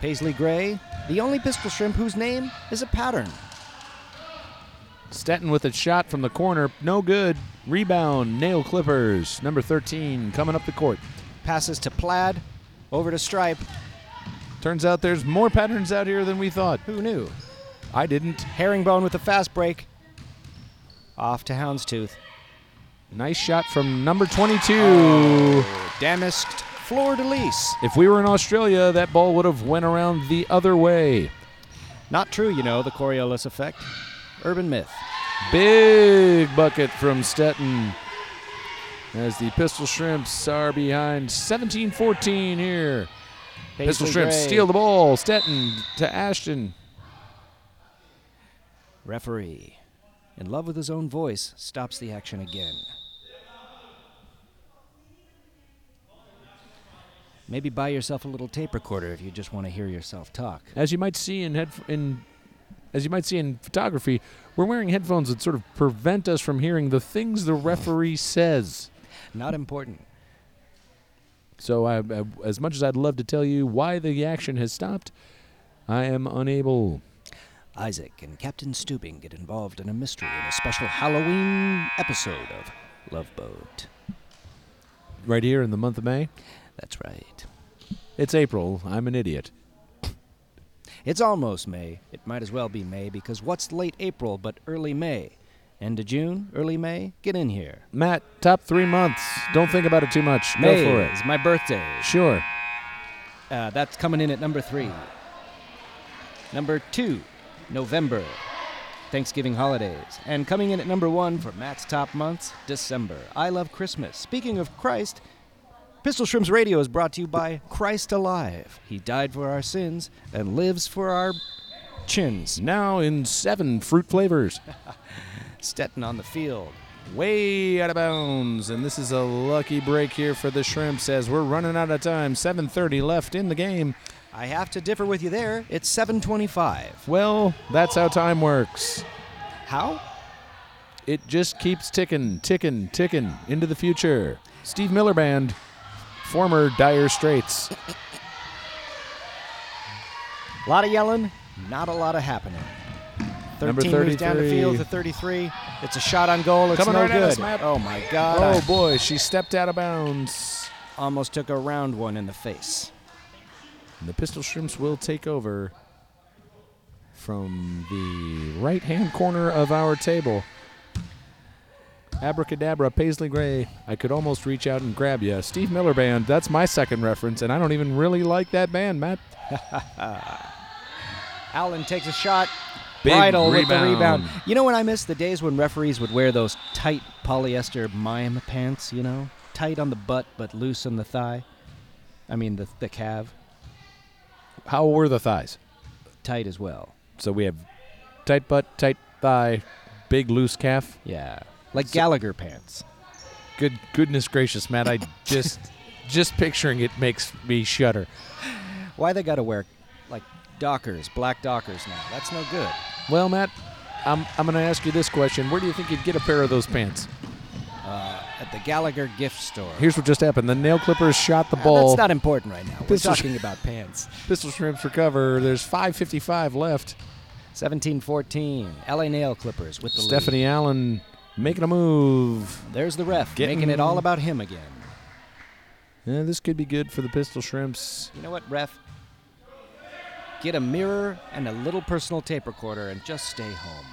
Speaker 2: Paisley Gray, the only pistol shrimp whose name is a pattern.
Speaker 1: Stetton with a shot from the corner. No good. Rebound. Nail Clippers. Number 13 coming up the court.
Speaker 2: Passes to plaid, over to stripe.
Speaker 1: Turns out there's more patterns out here than we thought.
Speaker 2: Who knew?
Speaker 1: I didn't.
Speaker 2: Herringbone with a fast break. Off to Houndstooth.
Speaker 1: Nice shot from number 22.
Speaker 2: Damasked floor de lis.
Speaker 1: If we were in Australia, that ball would have went around the other way.
Speaker 2: Not true, you know, the Coriolis effect. Urban myth.
Speaker 1: Big bucket from Stetton. As the Pistol Shrimps are behind 17 14 here. Pistol
Speaker 2: Paisley
Speaker 1: Shrimps
Speaker 2: Gray.
Speaker 1: steal the ball. Stetton to Ashton.
Speaker 2: Referee, in love with his own voice, stops the action again. Maybe buy yourself a little tape recorder if you just want to hear yourself talk.
Speaker 1: As you might see in head in as you might see in photography, we're wearing headphones that sort of prevent us from hearing the things the referee says.
Speaker 2: Not important.
Speaker 1: So, I, I- as much as I'd love to tell you why the action has stopped, I am unable.
Speaker 2: Isaac and Captain Stubing get involved in a mystery in a special Halloween episode of Love Boat.
Speaker 1: Right here in the month of May,
Speaker 2: That's right.
Speaker 1: it's April. I'm an idiot.
Speaker 2: It's almost May. It might as well be May because what's late April but early May? End of June, early May? Get in here.
Speaker 1: Matt, top three months. Don't think about it too much.
Speaker 2: May
Speaker 1: Go for it.
Speaker 2: is my birthday.
Speaker 1: Sure.
Speaker 2: Uh, that's coming in at number three. Number two, November, Thanksgiving holidays. And coming in at number one for Matt's top months, December. I love Christmas. Speaking of Christ, Pistol Shrimps Radio is brought to you by Christ Alive. He died for our sins and lives for our chins.
Speaker 1: Now in seven fruit flavors.
Speaker 2: Stetton on the field.
Speaker 1: Way out of bounds, and this is a lucky break here for the Shrimps as we're running out of time. 7:30 left in the game.
Speaker 2: I have to differ with you there. It's 725.
Speaker 1: Well, that's how time works.
Speaker 2: How?
Speaker 1: It just keeps ticking, ticking, ticking into the future. Steve Miller Band, former Dire Straits.
Speaker 2: A lot of yelling, not a lot of happening. 13
Speaker 1: Number
Speaker 2: moves down the
Speaker 1: 33.
Speaker 2: field to 33. It's a shot on goal. It's
Speaker 1: Coming
Speaker 2: no
Speaker 1: right at
Speaker 2: good.
Speaker 1: us, Matt.
Speaker 2: oh my God!
Speaker 1: Oh
Speaker 2: I
Speaker 1: boy, she stepped out of bounds.
Speaker 2: almost took a round one in the face.
Speaker 1: And the Pistol Shrimps will take over from the right hand corner of our table. Abracadabra, Paisley Gray. I could almost reach out and grab you. Steve Miller Band, that's my second reference, and I don't even really like that band, Matt.
Speaker 2: Allen takes a shot.
Speaker 1: Big
Speaker 2: Bridle with the
Speaker 1: rebound.
Speaker 2: rebound. You know when I miss the days when referees would wear those tight polyester mime pants. You know, tight on the butt but loose on the thigh. I mean the the calf,
Speaker 1: How were the thighs?
Speaker 2: tight as well.
Speaker 1: So we have tight butt, tight thigh, big loose calf.
Speaker 2: Yeah. Like Gallagher pants.
Speaker 3: Good goodness gracious, Matt! I just just picturing it makes me shudder.
Speaker 2: Why they gotta wear like Dockers, black Dockers now? That's no good.
Speaker 3: Well, Matt, I'm I'm gonna ask you this question: Where do you think you'd get a pair of those pants?
Speaker 2: uh, At the Gallagher gift store.
Speaker 1: Here's what just happened: the nail clippers shot the
Speaker 2: Ah,
Speaker 1: ball.
Speaker 2: That's not important right now. We're
Speaker 3: This was-
Speaker 2: talking about pants.
Speaker 3: Pistol shrimps recover. There's 5:55 left.
Speaker 2: 17-14, LA Nail Clippers with the lead.
Speaker 1: Stephanie Allen making a move.
Speaker 2: There's the ref
Speaker 1: Getting-
Speaker 2: making it all about him again.
Speaker 1: Yeah, this could be good for the Pistol Shrimps.
Speaker 2: You know what, ref? Get a mirror and a little personal tape recorder and just stay home.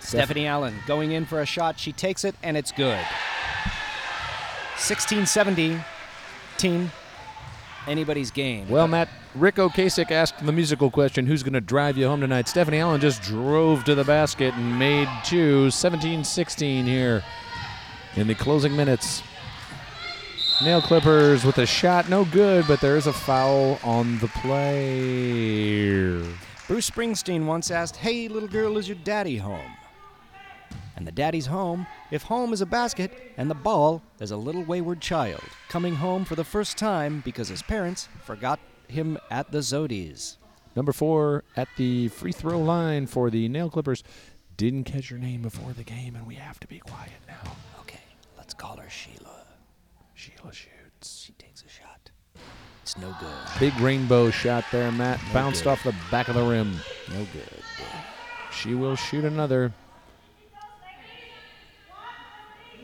Speaker 2: Stephanie Allen going in for a shot. She takes it and it's good. 16 17. Team. Anybody's game.
Speaker 1: Well, Matt, Rick Ocasek asked the musical question, who's going to drive you home tonight? Stephanie Allen just drove to the basket and made two, 17-16 here in the closing minutes. Nail Clippers with a shot, no good, but there is a foul on the play.
Speaker 2: Bruce Springsteen once asked, Hey, little girl, is your daddy home? And the daddy's home if home is a basket and the ball is a little wayward child coming home for the first time because his parents forgot him at the Zodies.
Speaker 1: Number four at the free throw line for the Nail Clippers. Didn't catch your name before the game, and we have to be quiet now.
Speaker 2: Okay, let's call her Sheila.
Speaker 1: Sheila shoots.
Speaker 2: She takes a shot. It's no good.
Speaker 1: Big rainbow shot there, Matt. Bounced off the back of the rim.
Speaker 2: No good.
Speaker 1: She will shoot another.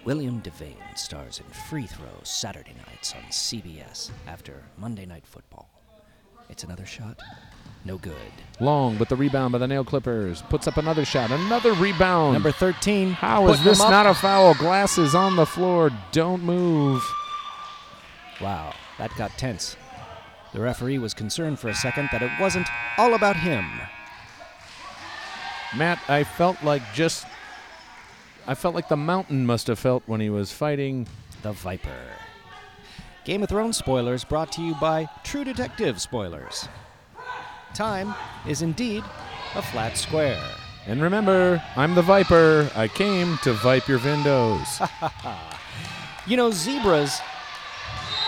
Speaker 2: William Devane stars in Free Throw Saturday nights on CBS after Monday Night Football. It's another shot. No good.
Speaker 1: Long, but the rebound by the Nail Clippers. Puts up another shot. Another rebound.
Speaker 2: Number 13.
Speaker 1: How is
Speaker 2: putting
Speaker 1: this
Speaker 2: him up.
Speaker 1: not a foul? Glass is on the floor. Don't move.
Speaker 2: Wow, that got tense. The referee was concerned for a second that it wasn't all about him.
Speaker 1: Matt, I felt like just. I felt like the mountain must have felt when he was fighting.
Speaker 2: The Viper. Game of Thrones spoilers brought to you by True Detective Spoilers. Time is indeed a flat square.
Speaker 1: And remember, I'm the Viper. I came to vipe your windows.
Speaker 2: You know, zebras,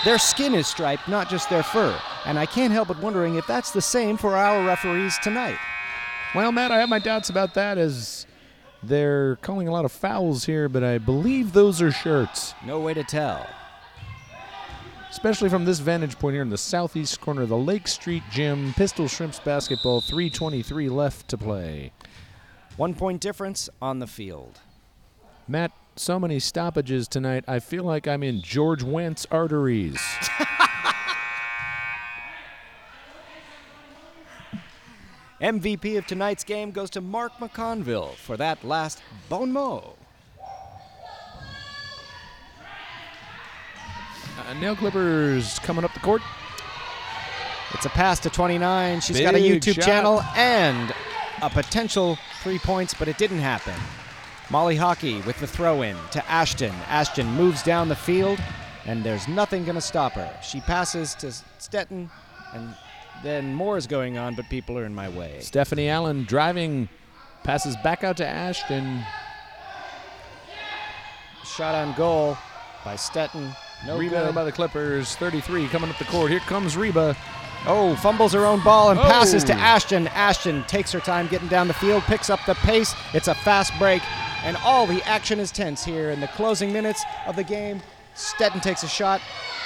Speaker 2: their skin is striped, not just their fur. And I can't help but wondering if that's the same for our referees tonight.
Speaker 1: Well, Matt, I have my doubts about that as they're calling a lot of fouls here, but I believe those are shirts,
Speaker 2: No way to tell.
Speaker 1: especially from this vantage point here in the southeast corner of the Lake Street Gym. Pistol Shrimps basketball, 323 left to play.
Speaker 2: One point difference on the field.
Speaker 1: Matt, so many stoppages tonight. I feel like I'm in George Wentz arteries.
Speaker 2: MVP of tonight's game goes to Mark McConville for that last bon mot.
Speaker 1: Uh, nail clippers coming up the court.
Speaker 2: It's a pass to 29. She's got a
Speaker 1: Big
Speaker 2: YouTube
Speaker 1: shot.
Speaker 2: channel and a potential three points, but it didn't happen. Molly Hockey with the throw in to Ashton. Ashton moves down the field, and there's nothing going to stop her. She passes to Stetton, and then more is going on, but people are in my way.
Speaker 1: Stephanie Allen driving, passes back out to Ashton.
Speaker 2: Shot on goal by Stetton. No
Speaker 1: Rebound
Speaker 2: good.
Speaker 1: by the Clippers, 33 coming up the court. Here comes Reba.
Speaker 2: Oh, fumbles her own ball and
Speaker 1: Oh.
Speaker 2: passes to Ashton. Ashton takes her time getting down the field, picks up the pace. It's a fast break, and all the action is tense here in the closing minutes of the game. Stetton takes a shot,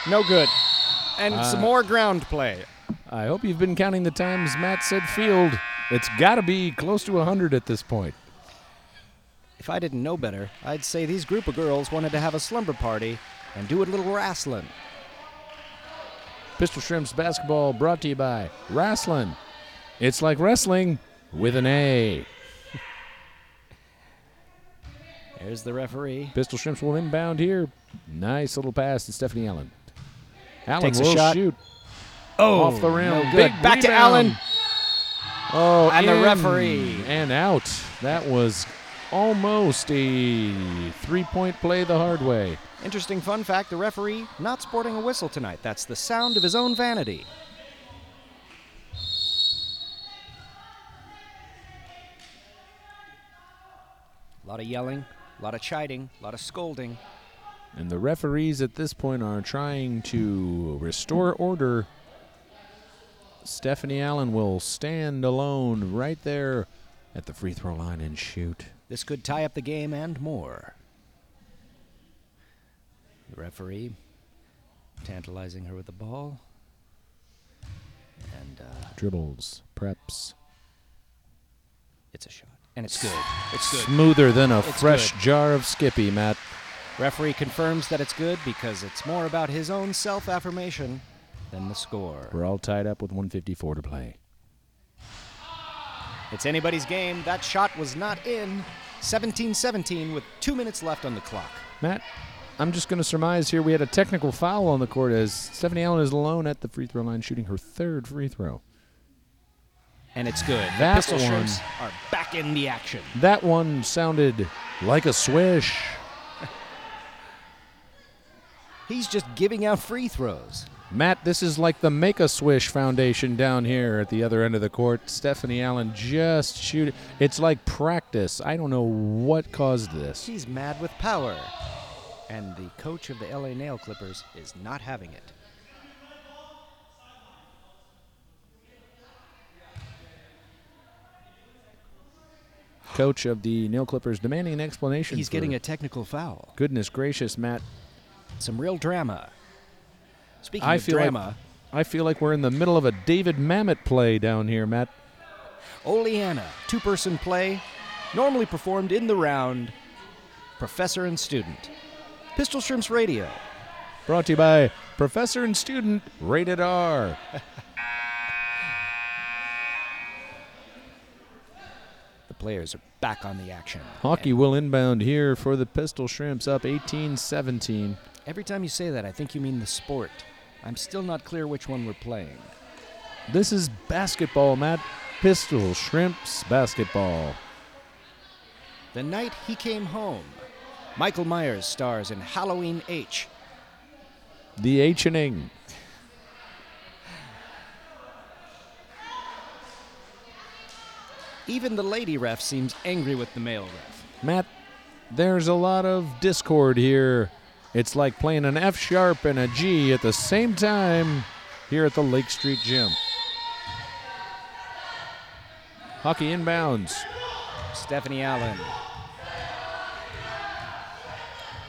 Speaker 2: no good. And some more ground play.
Speaker 1: I hope you've been counting the times Matt said field. It's got to be close to 100 at this point.
Speaker 2: If I didn't know better, I'd say these group of girls wanted to have a slumber party and do a little wrestling.
Speaker 1: Pistol Shrimps basketball brought to you by Wrestling. It's like wrestling with an A.
Speaker 2: There's the referee.
Speaker 1: Pistol Shrimps will inbound here. Nice little pass to Stephanie Allen. Allen
Speaker 2: Takes a
Speaker 1: will
Speaker 2: shot.
Speaker 1: shoot.
Speaker 2: Oh,
Speaker 1: Off the rim.
Speaker 2: no good.
Speaker 1: Big
Speaker 2: Back to
Speaker 1: rebound.
Speaker 2: Allen.
Speaker 1: Oh,
Speaker 2: And the
Speaker 1: in
Speaker 2: referee.
Speaker 1: And out. That was almost a three point play the hard way.
Speaker 2: Interesting fun fact the referee not sporting a whistle tonight. That's the sound of his own vanity. lot of yelling, a lot of chiding, a lot of scolding.
Speaker 1: And the referees at this point are trying to restore order. Stephanie Allen will stand alone right there at the free throw line and shoot.
Speaker 2: This could tie up the game and more. The referee tantalizing her with the ball. And uh,
Speaker 1: Dribbles, preps.
Speaker 2: it's a shot. And it's good. It's good.
Speaker 1: Smoother than a
Speaker 2: It's
Speaker 1: fresh
Speaker 2: good.
Speaker 1: jar of Skippy, Matt.
Speaker 2: Referee confirms that it's good because it's more about his own self affirmation than the score.
Speaker 1: We're all tied up with 154 to play.
Speaker 2: It's anybody's game. That shot was not in. 17 17 with two minutes left on the clock.
Speaker 1: Matt, I'm just going to surmise here we had a technical foul on the court as Stephanie Allen is alone at the free throw line shooting her third free throw.
Speaker 2: And it's good.
Speaker 1: That
Speaker 2: the Pistol
Speaker 1: one-
Speaker 2: Shrimps are back in the action.
Speaker 1: That one sounded like a swish.
Speaker 2: He's just giving out free throws.
Speaker 1: Matt, this is like the Make a Swish Foundation down here at the other end of the court. Stephanie Allen just shoot it. It's like practice. I don't know what caused this.
Speaker 2: She's mad with power. And the coach of the LA Nail Clippers is not having it.
Speaker 1: Coach of the Nail Clippers demanding an explanation.
Speaker 2: He's
Speaker 1: for-
Speaker 2: getting a technical foul.
Speaker 1: Goodness gracious, Matt.
Speaker 2: Some real drama. Speaking
Speaker 1: I
Speaker 2: of
Speaker 1: feel like-
Speaker 2: drama,
Speaker 1: I feel like we're in the middle of a David Mamet play down here, Matt.
Speaker 2: Oleana, two person play, normally performed in the round, professor and student. Pistol Shrimps Radio.
Speaker 1: Brought to you by Professor and Student, rated R.
Speaker 2: The players are back on the action.
Speaker 1: Hockey will inbound here for the Pistol Shrimps up 18 17.
Speaker 2: Every time you say that, I think you mean the sport. I'm still not clear which one we're playing.
Speaker 1: This is basketball, Matt. Pistol Shrimps basketball.
Speaker 2: The night he came home, Michael Myers stars in Halloween H.
Speaker 1: The H and Ng.
Speaker 2: Even the lady ref seems angry with the male ref.
Speaker 1: Matt, there's a lot of discord here. It's like playing an F sharp and a G at the same time here at the Lake Street Gym. Hockey inbounds,
Speaker 2: Stephanie Allen,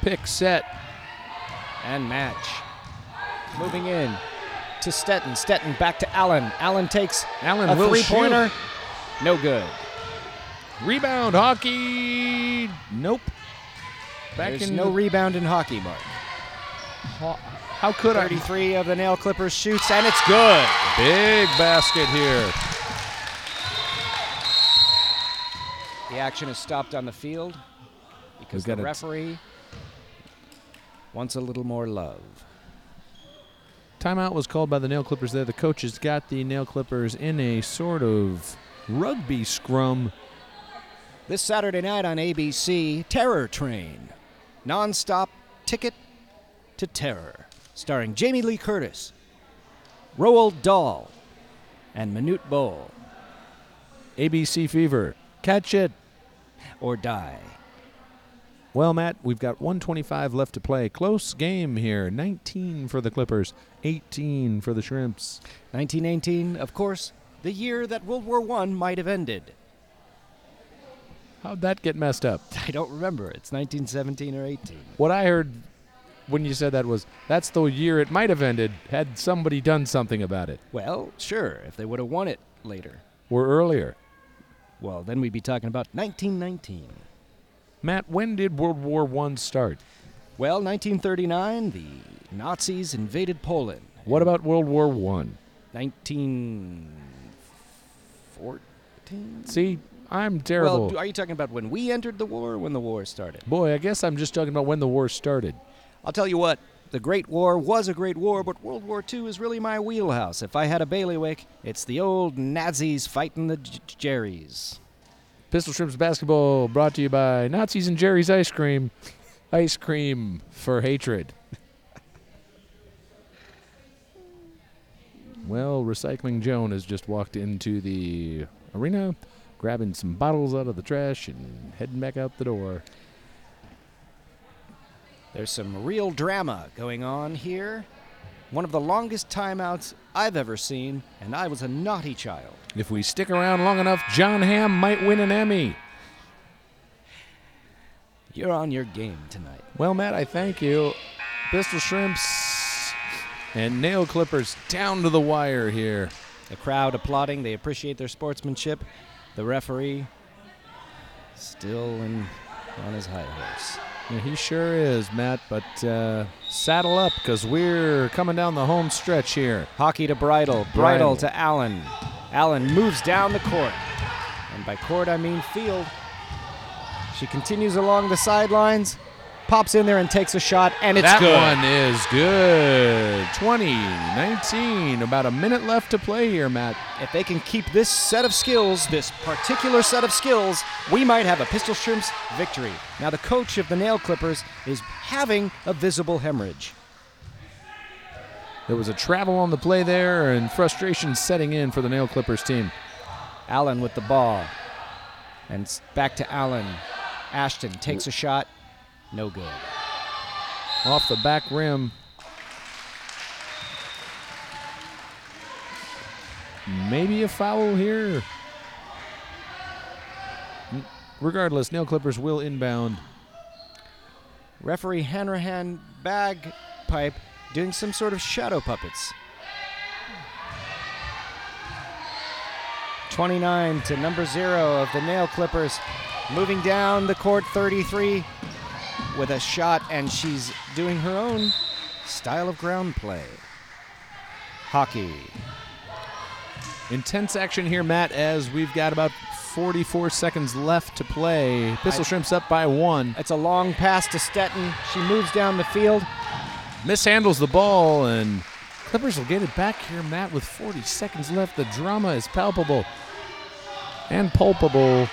Speaker 1: pick set.
Speaker 2: And match. Moving in to Stetton. Stetton back to Allen. Allen takes
Speaker 1: Allen
Speaker 2: a
Speaker 1: will
Speaker 2: three pointer. No good.
Speaker 1: shoot. Rebound, hockey. Nope. Back
Speaker 2: There's
Speaker 1: in
Speaker 2: no
Speaker 1: the-
Speaker 2: rebound in hockey, Mark.
Speaker 1: ho- How could I?
Speaker 2: 33 of the Nail Clippers shoots, and it's good.
Speaker 1: Big basket here.
Speaker 2: The action is stopped on the field because
Speaker 1: We've got a
Speaker 2: the
Speaker 1: t-
Speaker 2: referee wants a little more love.
Speaker 1: Timeout was called by the Nail Clippers there. The coaches got the Nail Clippers in a sort of rugby scrum.
Speaker 2: This Saturday night on ABC, Terror Train. Non-stop ticket to terror. Starring Jamie Lee Curtis, Roald Dahl, and Manute Bol.
Speaker 1: ABC Fever. Catch it.
Speaker 2: or die.
Speaker 1: Well, Matt, we've got 125 left to play. Close game here. 19 for the Clippers, 18 for the Shrimps.
Speaker 2: 1918, of course, the year that World War I might have ended.
Speaker 1: How'd that get messed up?
Speaker 2: I don't remember. It's 1917 or 18.
Speaker 1: What I heard when you said that was that's the year it might have ended had somebody done something about it
Speaker 2: Well, sure, if they would have won it later.
Speaker 1: or earlier.
Speaker 2: Well, then we'd be talking about 1919.
Speaker 1: Matt, when did World War One start?
Speaker 2: Well, 1939, the Nazis invaded Poland.
Speaker 1: What about World War One?
Speaker 2: 1914?
Speaker 1: See, I'm terrible.
Speaker 2: Well, do- are you talking about when we entered the war or when the war started?
Speaker 1: Boy, I guess I'm just talking about when the war started.
Speaker 2: I'll tell you what, the Great War was a great war, but World War II is really my wheelhouse. If I had a bailiwick, it's the old Nazis fighting the J- J- Jerrys.
Speaker 1: Pistol Shrimps basketball brought to you by Nazis and Jerry's Ice Cream. Ice cream for hatred. well, Recycling Joan has just walked into the arena. grabbing some bottles out of the trash and heading back out the door.
Speaker 2: There's some real drama going on here. One of the longest timeouts I've ever seen, and I was a naughty child.
Speaker 1: If we stick around long enough, John Hamm might win an Emmy.
Speaker 2: You're on your game tonight.
Speaker 1: Well, Matt, I thank you. Pistol Shrimps and Nail Clippers down to the wire here.
Speaker 2: The crowd applauding, they appreciate their sportsmanship. The referee still in, on his high horse.
Speaker 1: Yeah, he sure is, Matt, but uh, saddle up because we're coming down the home stretch here.
Speaker 2: Hockey to Bridle,
Speaker 1: Bridle.
Speaker 2: Bridle to Allen. Allen moves down the court. And by court, I mean field. She continues along the sidelines, pops in there and takes a shot, and it's
Speaker 1: that
Speaker 2: good.
Speaker 1: one is good. 20, 19, about a minute left to play here, Matt.
Speaker 2: If they can keep this set of skills, this particular set of skills, we might have a Pistol Shrimps victory. Now, the coach of the Nail Clippers is having a visible hemorrhage.
Speaker 1: There was a travel on the play there and frustration setting in for the Nail Clippers team.
Speaker 2: Allen with the ball. And s- back to Allen. Ashton takes a shot. No good.
Speaker 1: Off the back rim. Maybe a foul here. N- Regardless, Nail Clippers will inbound.
Speaker 2: Referee Hanrahan bagpipe doing some sort of shadow puppets. 29 to number zero of the Nail Clippers, moving down the court 33 with a shot, and she's doing her own style of ground play. Hockey.
Speaker 1: Intense action here, Matt, as we've got about 44 seconds left to play. Pistol
Speaker 2: I-
Speaker 1: Shrimps up by one.
Speaker 2: It's a long pass to Stetton. She moves down the field.
Speaker 1: Mishandles the ball, and Clippers will get it back here, Matt, with 40 seconds left. The drama is palpable and pulpable.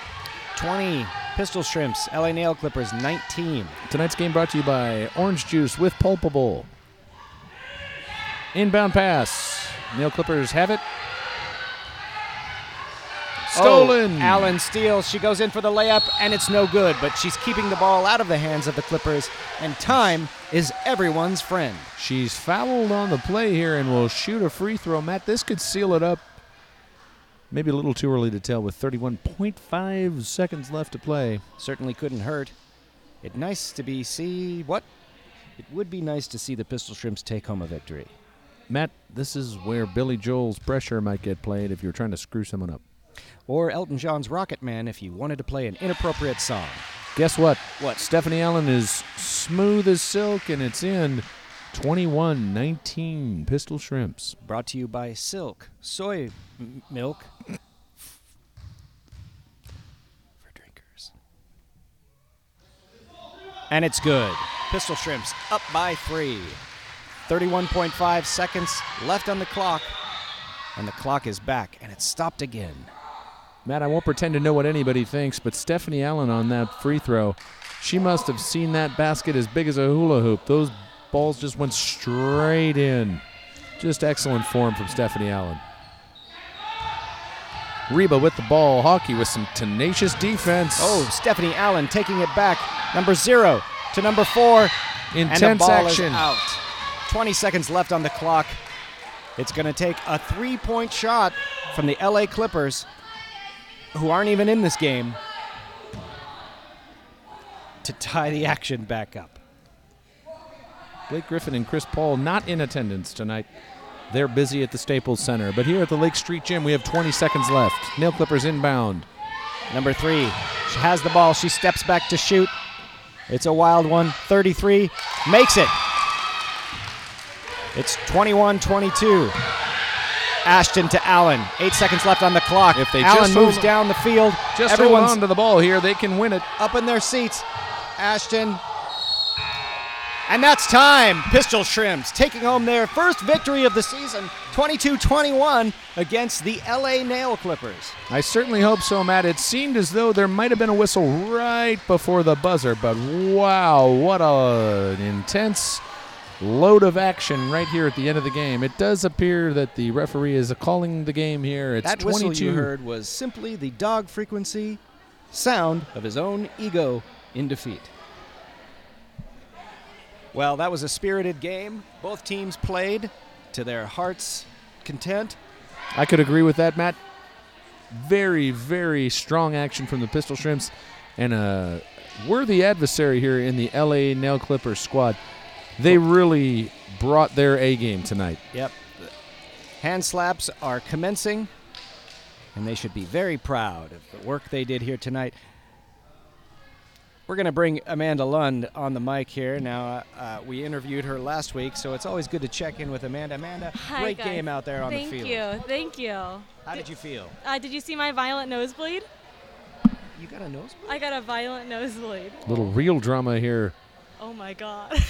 Speaker 2: 20 Pistol Shrimps, LA Nail Clippers 19.
Speaker 1: Tonight's game brought to you by Orange Juice with Pulpable. Inbound pass. Nail Clippers have it. Stolen.
Speaker 2: Oh, Allen steals. She goes in for the layup, and it's no good, but she's keeping the ball out of the hands of the Clippers, and time is everyone's friend.
Speaker 1: She's fouled on the play here and will shoot a free throw. Matt, this could seal it up. Maybe a little too early to tell with 31.5 seconds left to play.
Speaker 2: Certainly couldn't hurt. It nice to be see what? It would be nice to see the Pistol Shrimps take home a victory.
Speaker 1: Matt, this is where Billy Joel's pressure might get played if you're trying to screw someone up.
Speaker 2: Or Elton John's Rocket Man if you wanted to play an inappropriate song.
Speaker 1: Guess what?
Speaker 2: What?
Speaker 1: Stephanie Allen is smooth as silk and it's in 21 19 Pistol Shrimps.
Speaker 2: Brought to you by Silk Soy m- Milk for drinkers. And it's good. Pistol Shrimps up by three. 31.5 seconds left on the clock. And the clock is back, and it's stopped again.
Speaker 1: Matt, I won't pretend to know what anybody thinks, but Stephanie Allen on that free throw, she must have seen that basket as big as a hula hoop. Those balls just went straight in. Just excellent form from Stephanie Allen. Reba with the ball, Hockey with some tenacious defense.
Speaker 2: Oh, Stephanie Allen taking it back. Number zero to number four.
Speaker 1: intense
Speaker 2: and the ball
Speaker 1: action.
Speaker 2: is out. 20 seconds left on the clock. It's going to take a three-point shot from the LA Clippers, who aren't even in this game, to tie the action back up.
Speaker 1: Blake Griffin and Chris Paul not in attendance tonight. They're busy at the Staples Center, but here at the Lake Street Gym, we have 20 seconds left. Nail Clippers inbound.
Speaker 2: Number three, she has the ball. She steps back to shoot. It's a wild one. 33 makes it. It's 21 22. Ashton to Allen. Eight seconds left on the clock.
Speaker 1: If they
Speaker 2: Allen
Speaker 1: just
Speaker 2: moves
Speaker 1: hold-
Speaker 2: down the field.
Speaker 1: Just
Speaker 2: Everyone's
Speaker 1: hold on to the ball here. They can win it.
Speaker 2: up in their seats. Ashton. And that's time. Pistol Shrimps taking home their first victory of the season, 22 21 against the LA Nail Clippers.
Speaker 1: I certainly hope so, Matt. It seemed as though there might have been a whistle right before the buzzer, but wow, what a- an intense load of action right here at the end of the game. It does appear that the referee is calling the game here. It's
Speaker 2: that whistle
Speaker 1: 22.
Speaker 2: you heard was simply the dog frequency sound of his own ego in defeat. Well, that was a spirited game. Both teams played to their heart's content.
Speaker 1: I could agree with that, Matt. Very, very strong action from the Pistol Shrimps and a worthy adversary here in the LA Nail Clippers squad. They really brought their A game tonight.
Speaker 2: Yep. Hand slaps are commencing, and they should be very proud of the work they did here tonight. We're going to bring Amanda Lund on the mic here. Now, uh, uh, we interviewed her last week, so it's always good to check in with Amanda. Amanda,
Speaker 4: Hi,
Speaker 2: great
Speaker 4: guys.
Speaker 2: game out there on
Speaker 4: Thank
Speaker 2: the field.
Speaker 4: you. Thank you.
Speaker 2: How did you feel?
Speaker 4: Uh, did you see my violent nosebleed?
Speaker 2: You got a nosebleed?
Speaker 4: I got a violent nosebleed.
Speaker 1: Little real drama here.
Speaker 4: Oh my god.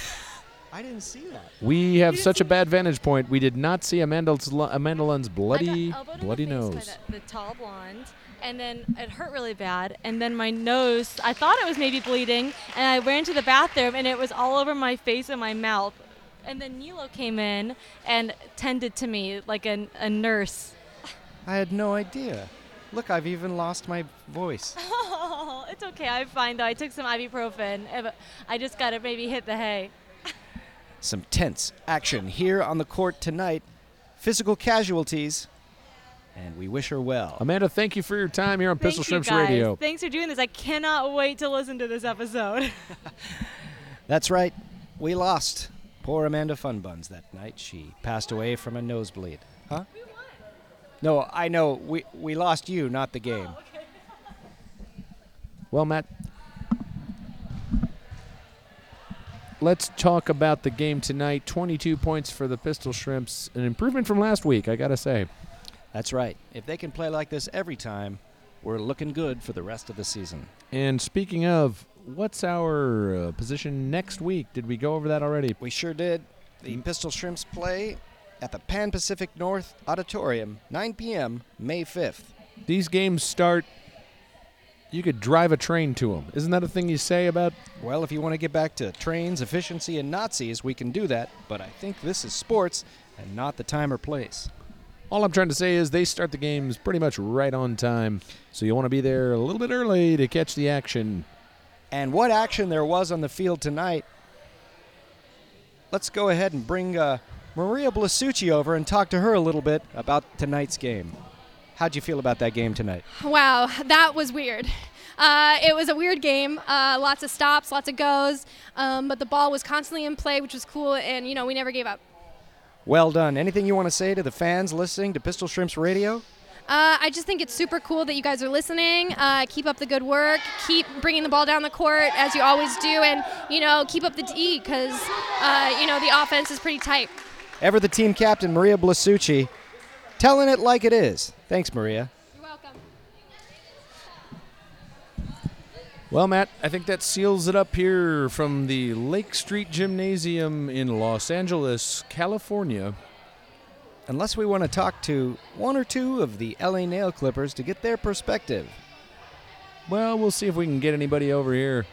Speaker 2: I didn't see that.
Speaker 1: We have
Speaker 4: didn't
Speaker 1: such a
Speaker 4: see-
Speaker 1: bad vantage point. We did not see Amanda's, Amanda Lund's bloody,
Speaker 4: I got elbowed in the
Speaker 1: bloody
Speaker 4: face by
Speaker 1: nose.
Speaker 4: The, the tall blonde, and then it hurt really bad. And then my nose, I thought it was maybe bleeding, and I ran to the bathroom, and it was all over my face and my mouth. And then Nilo came in and tended to me like an, a nurse.
Speaker 2: I had no idea. Look, I've even lost my voice.
Speaker 4: Oh, it's okay. I'm fine though. I took some ibuprofen. eh, but I just got to maybe hit the hay.
Speaker 2: Some tense action here on the court tonight. Physical casualties, and we wish her well.
Speaker 1: Amanda, thank you for your time here on
Speaker 4: Thank
Speaker 1: Pistol
Speaker 4: you,
Speaker 1: Shrimps
Speaker 4: guys.
Speaker 1: Radio.
Speaker 4: Thanks for doing this. I cannot wait to listen to this episode.
Speaker 2: That's right. We lost. Poor Amanda Funbuns that night. She passed away from a nosebleed. Huh? No, I know. We, we lost you, not the game.
Speaker 1: Well, Matt, let's talk about the game tonight. 22 points for the Pistol Shrimps, an improvement from last week, I gotta say.
Speaker 2: That's right. If they can play like this every time, we're looking good for the rest of the season.
Speaker 1: And speaking of, what's our uh, position next week? Did we go over that already?
Speaker 2: We sure did. The Pistol Shrimps play at the Pan Pacific North Auditorium, 9 p.m., May 5th.
Speaker 1: These games start. You could drive a train to them. Isn't that a thing you say about?
Speaker 2: Well, if you want to get back to trains, efficiency, and Nazis, we can do that, but I think this is sports and not the time or place.
Speaker 1: All I'm trying to say is they start the games pretty much right on time, so you want to be there a little bit early to catch the action.
Speaker 2: and what action there was on the field tonight. Let's go ahead and bring uh, Maria Blasucci over and talk to her a little bit about tonight's game. How'd you feel about that game tonight?
Speaker 5: Wow, that was weird. Uh, it was a weird game. Uh, lots of stops, lots of goes, um, but the ball was constantly in play, which was cool, and you know we never gave up.
Speaker 2: Well done. Anything you want to say to the fans listening to Pistol Shrimps Radio?
Speaker 5: Uh, I just think it's super cool that you guys are listening. Uh, keep up the good work. Keep bringing the ball down the court as you always do, and you know keep up the D because uh, you know the offense is pretty tight.
Speaker 2: Ever the team captain, Maria Blasucci, telling it like it is. Thanks, Maria.
Speaker 5: You're welcome.
Speaker 1: Well, Matt, I think that seals it up here from the Lake Street Gymnasium in Los Angeles, California.
Speaker 2: Unless we want to talk to one or two of the LA Nail Clippers to get their perspective.
Speaker 1: Well, we'll see if we can get anybody over here.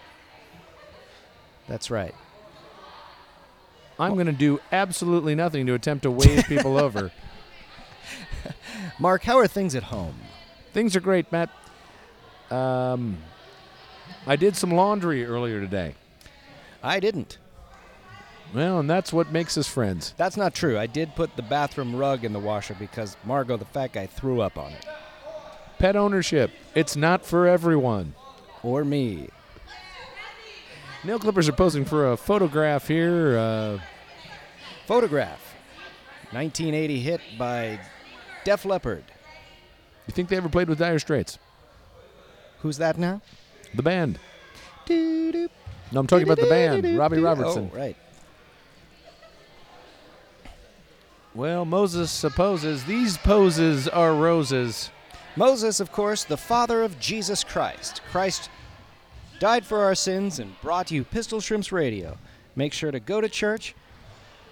Speaker 2: That's right.
Speaker 1: I'm going to do absolutely nothing to attempt to wave people over.
Speaker 2: Mark, how are things at home?
Speaker 1: Things are great, Matt. Um, I did some laundry earlier today.
Speaker 2: I didn't.
Speaker 1: Well, and that's what makes us friends.
Speaker 2: That's not true. I did put the bathroom rug in the washer because Margot the fat guy threw up on it.
Speaker 1: Pet ownership, it's not for everyone.
Speaker 2: Or me.
Speaker 1: Nail clippers are posing for a photograph here. Uh,
Speaker 2: Photograph. 1980 hit by Def Leppard.
Speaker 1: you think they ever played with Dire Straits?
Speaker 2: Who's that now?
Speaker 1: The band.
Speaker 2: Doo-doo.
Speaker 1: No, I'm talking about the band,
Speaker 2: Doo-doo-doo-doo-doo.
Speaker 1: Robbie Robertson.
Speaker 2: Oh, right.
Speaker 1: Well, Moses supposes these poses are roses.
Speaker 2: Moses, of course, the father of Jesus Christ. Christ died for our sins and brought you Pistol Shrimps Radio. Make sure to go to church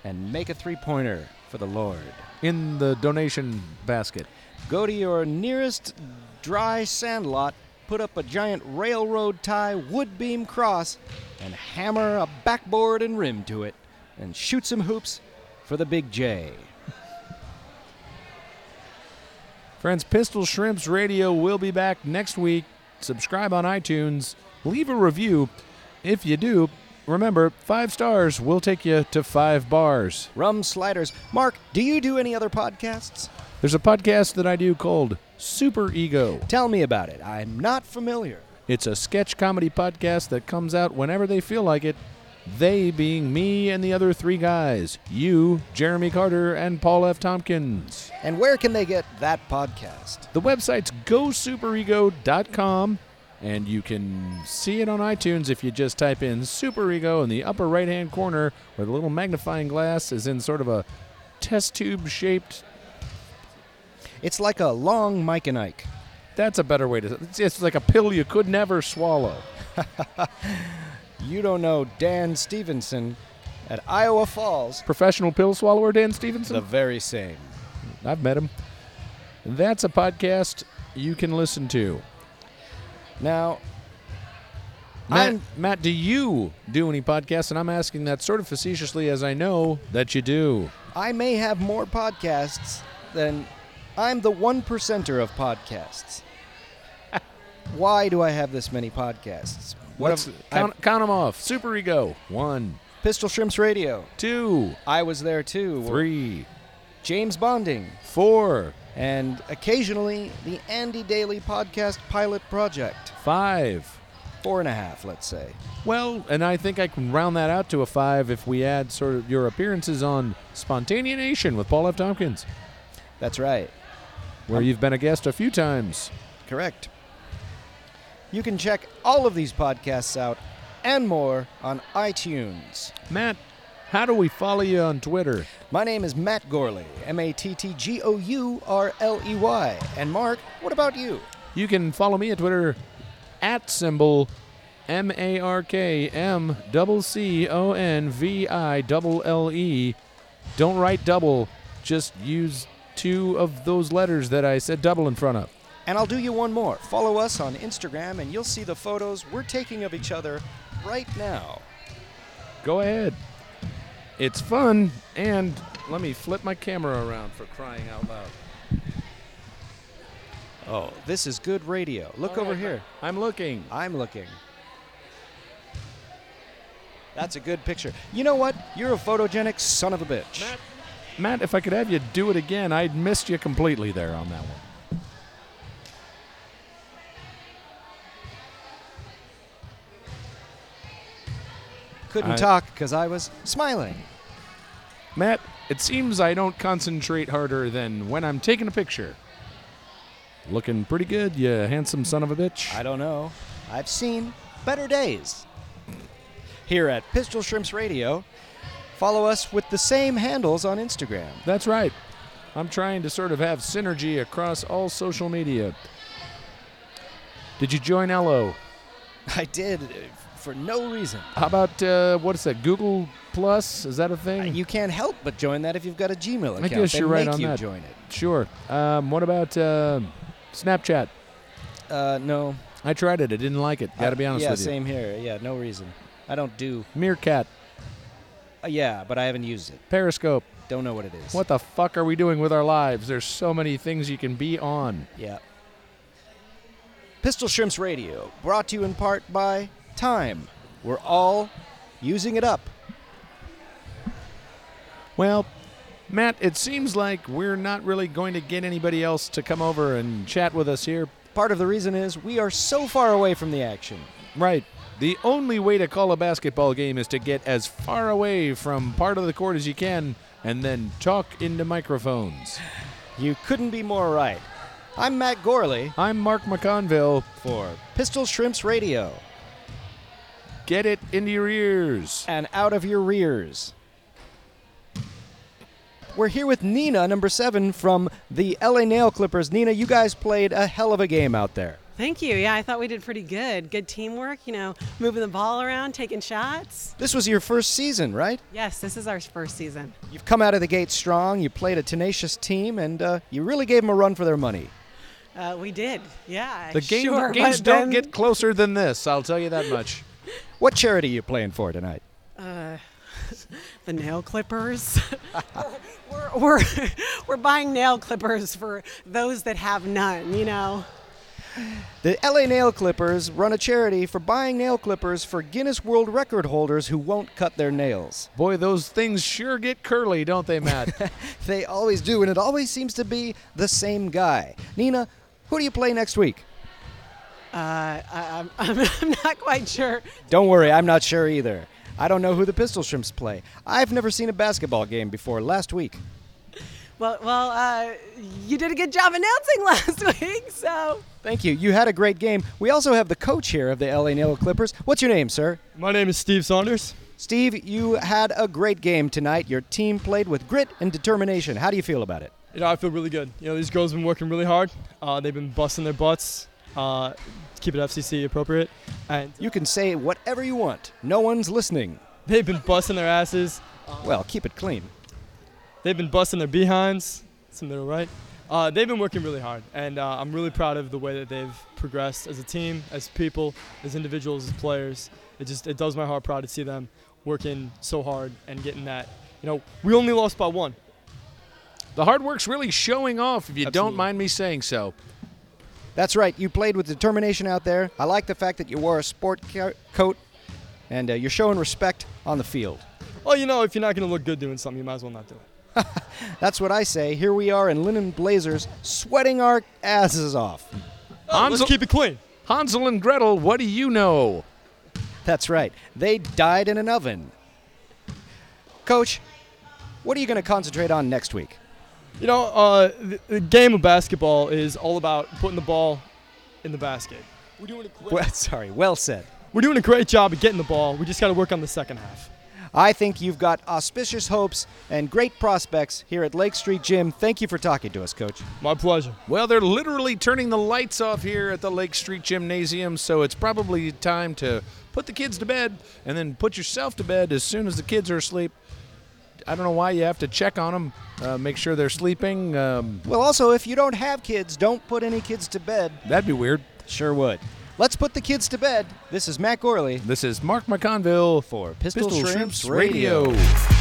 Speaker 2: and make a three pointer for the Lord.
Speaker 1: in the donation basket.
Speaker 2: Go to your nearest dry sandlot, put up a giant railroad tie wood beam cross, and hammer a backboard and rim to it. and shoot some hoops for the Big J.
Speaker 1: Friends, Pistol Shrimps Radio will be back next week. Subscribe on iTunes. Leave a review. If you do, remember, five stars will take you to five bars.
Speaker 2: Rum Sliders. Mark, do you do any other podcasts?
Speaker 1: There's a podcast that I do called Super Ego.
Speaker 2: Tell me about it. I'm not familiar.
Speaker 1: It's a sketch comedy podcast that comes out whenever they feel like it. They being me and the other three guys, you, Jeremy Carter, and Paul F. Tompkins.
Speaker 2: And where can they get that podcast?
Speaker 1: The website's gosuperego.com, and you can see it on iTunes if you just type in Super Ego in the upper right hand corner where the little magnifying glass is in sort of a test tube shaped.
Speaker 2: It's like a long Mike and Ike.
Speaker 1: That's a better way to. It's it's like a pill you could never swallow.
Speaker 2: You don't know Dan Stevenson at Iowa Falls,
Speaker 1: Professional pill swallower Dan Stevenson?
Speaker 2: the very same.
Speaker 1: I've met him. That's a podcast you can listen to.
Speaker 2: Now,
Speaker 1: Matt,
Speaker 2: I'm-
Speaker 1: Matt, do you do any podcasts? And I'm asking that sort of facetiously as I know that you do.
Speaker 2: I may have more podcasts than I'm the one percenter of podcasts. Why do I have this many podcasts? One
Speaker 1: What's
Speaker 2: of-
Speaker 1: count, count 'em off? Super Ego. One,
Speaker 2: I- Pistol Shrimps Radio.
Speaker 1: two,
Speaker 2: I was there too.
Speaker 1: three,
Speaker 2: James Bonding,
Speaker 1: four,
Speaker 2: and occasionally the Andy Daly Podcast Pilot Project.
Speaker 1: five.
Speaker 2: Four and a half, let's say.
Speaker 1: Well, and I think I can round that out to a five if we add sort of your appearances on Spontanea Nation with Paul F. Tompkins,
Speaker 2: That's right.
Speaker 1: where you've been a guest a few times.
Speaker 2: Correct. You can check all of these podcasts out and more on iTunes.
Speaker 1: Matt, how do we follow you on Twitter?
Speaker 2: My name is Matt Gorley, M A T T G O U R L E Y. And Mark, what about you?
Speaker 1: You can follow me at Twitter at symbol M A R K M double C O N V I double L E. Don't write double, just use two of those letters that I said double in front of.
Speaker 2: And I'll do you one more. Follow us on Instagram and you'll see the photos we're taking of each other right now.
Speaker 1: Go ahead. It's fun, and let me flip my camera around for crying out loud.
Speaker 2: Oh, this is good radio. Look
Speaker 1: All
Speaker 2: over
Speaker 1: right,
Speaker 2: here.
Speaker 1: I'm looking.
Speaker 2: I'm looking. That's a good picture. You know what? You're a photogenic son of a bitch.
Speaker 1: Matt, Matt, if I could have you do it again, I'd missed you completely there on that one.
Speaker 2: Couldn't
Speaker 1: I-
Speaker 2: talk because I was smiling.
Speaker 1: Matt, it seems I don't concentrate harder than when I'm taking a picture. Looking pretty good, you handsome son of a bitch.
Speaker 2: I don't know. I've seen better days. Here at Pistol Shrimps Radio, follow us with the same handles on Instagram.
Speaker 1: That's right. I'm trying to sort of have synergy across all social media. Did you join Ello?
Speaker 2: I did uh, for no reason.
Speaker 1: How about uh, what is that? Google Plus? Is that a
Speaker 2: Uh,
Speaker 1: thing?
Speaker 2: You can't help but join that if you've got a Gmail account.
Speaker 1: guess
Speaker 2: They
Speaker 1: you're right
Speaker 2: make
Speaker 1: on
Speaker 2: you
Speaker 1: that.
Speaker 2: join it.
Speaker 1: sure. Um, what about uh, Snapchat?
Speaker 2: Uh, no.
Speaker 1: I tried it. I didn't like it. Got to be honest
Speaker 2: Uh, yeah,
Speaker 1: with you.
Speaker 2: same here. Yeah, no reason. I don't do.
Speaker 1: Meerkat,
Speaker 2: Uh, yeah, but I haven't used it.
Speaker 1: Periscope.
Speaker 2: Don't know what it is.
Speaker 1: What the fuck are we doing with our lives? There's so many things you can be on.
Speaker 2: Yeah. Pistol Shrimps Radio, brought to you in part by Time. We're all using it up.
Speaker 1: Well, Matt, it seems like we're not really going to get anybody else to come over and chat with us here.
Speaker 2: Part of the reason is we are so far away from the action.
Speaker 1: Right. The only way to call a basketball game is to get as far away from part of the court as you can and then talk into microphones.
Speaker 2: You couldn't be more right. I'm Matt Gorley
Speaker 1: I'm Mark McConville.
Speaker 2: for Pistol Shrimps Radio
Speaker 1: Get it into your ears.
Speaker 2: and out of your rears. We're here with Nina, number seven from the LA Nail Clippers. Nina, you guys played a hell of a game out there.
Speaker 6: Thank you. Yeah, I thought we did pretty good. Good teamwork, you know, moving the ball around, taking shots.
Speaker 2: This was your first season, right?
Speaker 6: Yes, this is our first season.
Speaker 2: You've come out of the gate strong. You played a tenacious team, and uh, you really gave them a run for their money.
Speaker 6: Uh, we did. Yeah.
Speaker 1: The game,
Speaker 6: sure,
Speaker 1: games
Speaker 6: but
Speaker 1: don't
Speaker 6: then-
Speaker 1: get closer than this, I'll tell you that much.
Speaker 2: What charity are you playing for tonight?
Speaker 6: the nail clippers. we're, we're, we're, we're buying nail clippers for those that have none, you know?
Speaker 2: The LA Nail Clippers run a charity for buying nail clippers for Guinness World Record holders who won't cut their nails.
Speaker 1: Boy, those things sure get curly, don't they, Matt?
Speaker 2: They always do, and it always seems to be the same guy. Nina, who do you play next week?
Speaker 6: Uh, I, I'm, I'm, I'm not quite sure.
Speaker 2: Don't worry, I'm not sure either. I don't know who the Pistol Shrimps play. I've never seen a basketball game before last week.
Speaker 6: Well, well, uh, you did a good job announcing last week, so
Speaker 2: Thank you. You had a great game. We also have the coach here of the LA Nail Clippers. What's your name, sir?
Speaker 7: My name is Steve Saunders.
Speaker 2: Steve, you had a great game tonight. Your team played with grit and determination. How do you feel about it?
Speaker 7: You know, I feel really good. You know, these girls have been working really hard. Uh, they've been busting their butts. Uh, keep it FCC appropriate, and
Speaker 2: You can say whatever you want. No one's listening.
Speaker 7: they've been busting their asses.
Speaker 2: Well, keep it clean.
Speaker 7: They've been busting their behinds. It's in the middle right. Uh, they've been working really hard, and uh, I'm really proud of the way that they've progressed as a team, as people, as individuals, as players. It just it does my heart proud to see them working so hard and getting that. You know, we only lost by one.
Speaker 1: the hard work's really showing off, if you don't
Speaker 7: Absolutely.
Speaker 1: mind me saying so.
Speaker 2: That's right. You played with determination out there. I like the fact that you wore a sport co- coat and uh, you're showing respect on the field.
Speaker 7: Oh, you know, if you're not gonna look good doing something, you might as well not do it.
Speaker 2: That's what I say. Here we are in linen blazers, sweating our asses off.
Speaker 7: Oh, Let's
Speaker 1: Hansel,
Speaker 7: keep it clean.
Speaker 1: Hansel and Gretel, what do you know?
Speaker 2: That's right. They died in an oven. Coach, what are you going to concentrate on next week?
Speaker 7: You know, uh, the, the game of basketball is all about putting the ball in the basket. We're doing a
Speaker 2: Well, sorry, well said.
Speaker 7: We're doing a great job at getting the ball. We just got to work on the second half.
Speaker 2: I think you've got auspicious hopes and great prospects here at Lake Street Gym. Thank you for talking to us, Coach.
Speaker 7: My pleasure.
Speaker 1: Well, they're literally turning the lights off here at the Lake Street Gymnasium, so it's probably time to put the kids to bed and then put yourself to bed as soon as the kids are asleep. I don't know why you have to check on them, uh, make sure they're sleeping. Um,
Speaker 2: Well, also, if you don't have kids, don't put any kids to bed.
Speaker 1: that'd be weird.
Speaker 2: Sure would. Let's put the kids to bed. This is Matt Gorley.
Speaker 1: This is Mark McConville for
Speaker 2: Pistol Shrimps Radio.
Speaker 1: Radio.